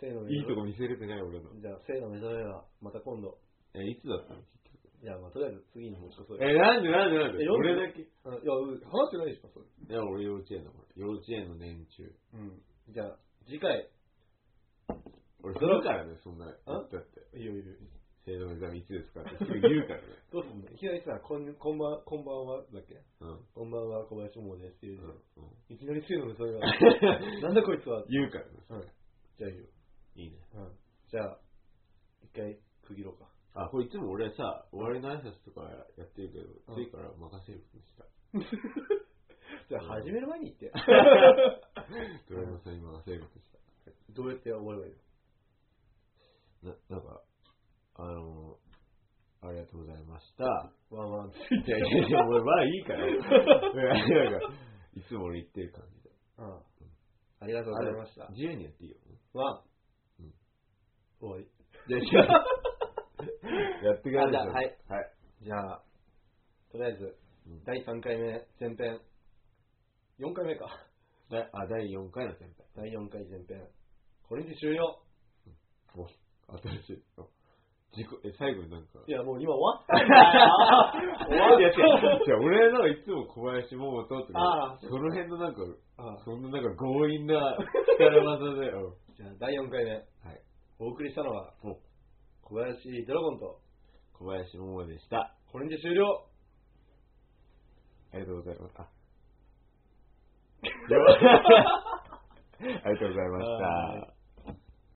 Speaker 2: せーの
Speaker 1: いいとこ見せれてない俺の。
Speaker 2: じゃあ、せーの目覚めは、また今度。
Speaker 1: え、いつだったの
Speaker 2: じゃあ、まあ、とりあえず次に持ち越そうよ。
Speaker 1: え、なんでなんでなん
Speaker 2: え
Speaker 1: で
Speaker 2: 読んで
Speaker 1: 俺だけ。い
Speaker 2: うんいや、うん話してないでしょ、それ。
Speaker 1: や、俺幼稚園だから。幼稚園の年中。
Speaker 2: うん。じゃあ、次回。
Speaker 1: 俺、それからね、そんな。だって。
Speaker 2: いいよ、いいよ。
Speaker 1: 生徒の目覚めいつですかってすぐ言うからね。
Speaker 2: どうすんのいきなりさ、こん、こんばん、こんばんは、だっけ
Speaker 1: うん。
Speaker 2: こんばんは、小林もですって言う
Speaker 1: う
Speaker 2: じ
Speaker 1: ん
Speaker 2: ゃん。
Speaker 1: うん
Speaker 2: いきなりせーの目覚めは。 <laughs> なんだこいつはって
Speaker 1: 言うからね。
Speaker 2: うん。じゃあいいよ。
Speaker 1: いいね。
Speaker 2: うん。じゃあ、一回区切ろうか。
Speaker 1: あ、これいつも俺さ、終わりの挨拶とかやってるけど、
Speaker 2: う
Speaker 1: つ
Speaker 2: ん
Speaker 1: いから任せることにした。
Speaker 2: じゃあ、始める前に言って。
Speaker 1: ドラマさんに任せることにし
Speaker 2: <laughs> どうやって終わればいいの
Speaker 1: た。な、なんか、あのー、ありがとうございました。
Speaker 2: ワンワンって。
Speaker 1: いやいやいや、俺まあいいから。いやなんか、いつも俺言ってる感じで。
Speaker 2: うん。ありがとうございました。
Speaker 1: 自由にやっていいよ。
Speaker 2: ワン
Speaker 1: うん。
Speaker 2: 終わり。
Speaker 1: じゃあ、やってください。
Speaker 2: あじゃあは
Speaker 1: は
Speaker 2: い。
Speaker 1: い。
Speaker 2: じゃあ、とりあえず
Speaker 1: うん、
Speaker 2: 第3回目、前編。4回目か。
Speaker 1: だあ、第4回の先輩。
Speaker 2: 第4回前編。これで終了。
Speaker 1: お、新しい。あ自己、え、最後になんか。
Speaker 2: いや、もう今終わった。
Speaker 1: 終
Speaker 2: <laughs>
Speaker 1: わるやつや。じゃあ俺のいつも小林桃とってね
Speaker 2: ああ
Speaker 1: その辺のなんか、
Speaker 2: ああ
Speaker 1: そんななんか強引な力技で、うん
Speaker 2: じゃあ、第4回目。
Speaker 1: はい。
Speaker 2: お送りしたのは
Speaker 1: お、
Speaker 2: 小林ドラゴンと、
Speaker 1: 小林桃でした。
Speaker 2: これで終了。
Speaker 1: ありがとうございます。あ、 <laughs> よありがとうございました。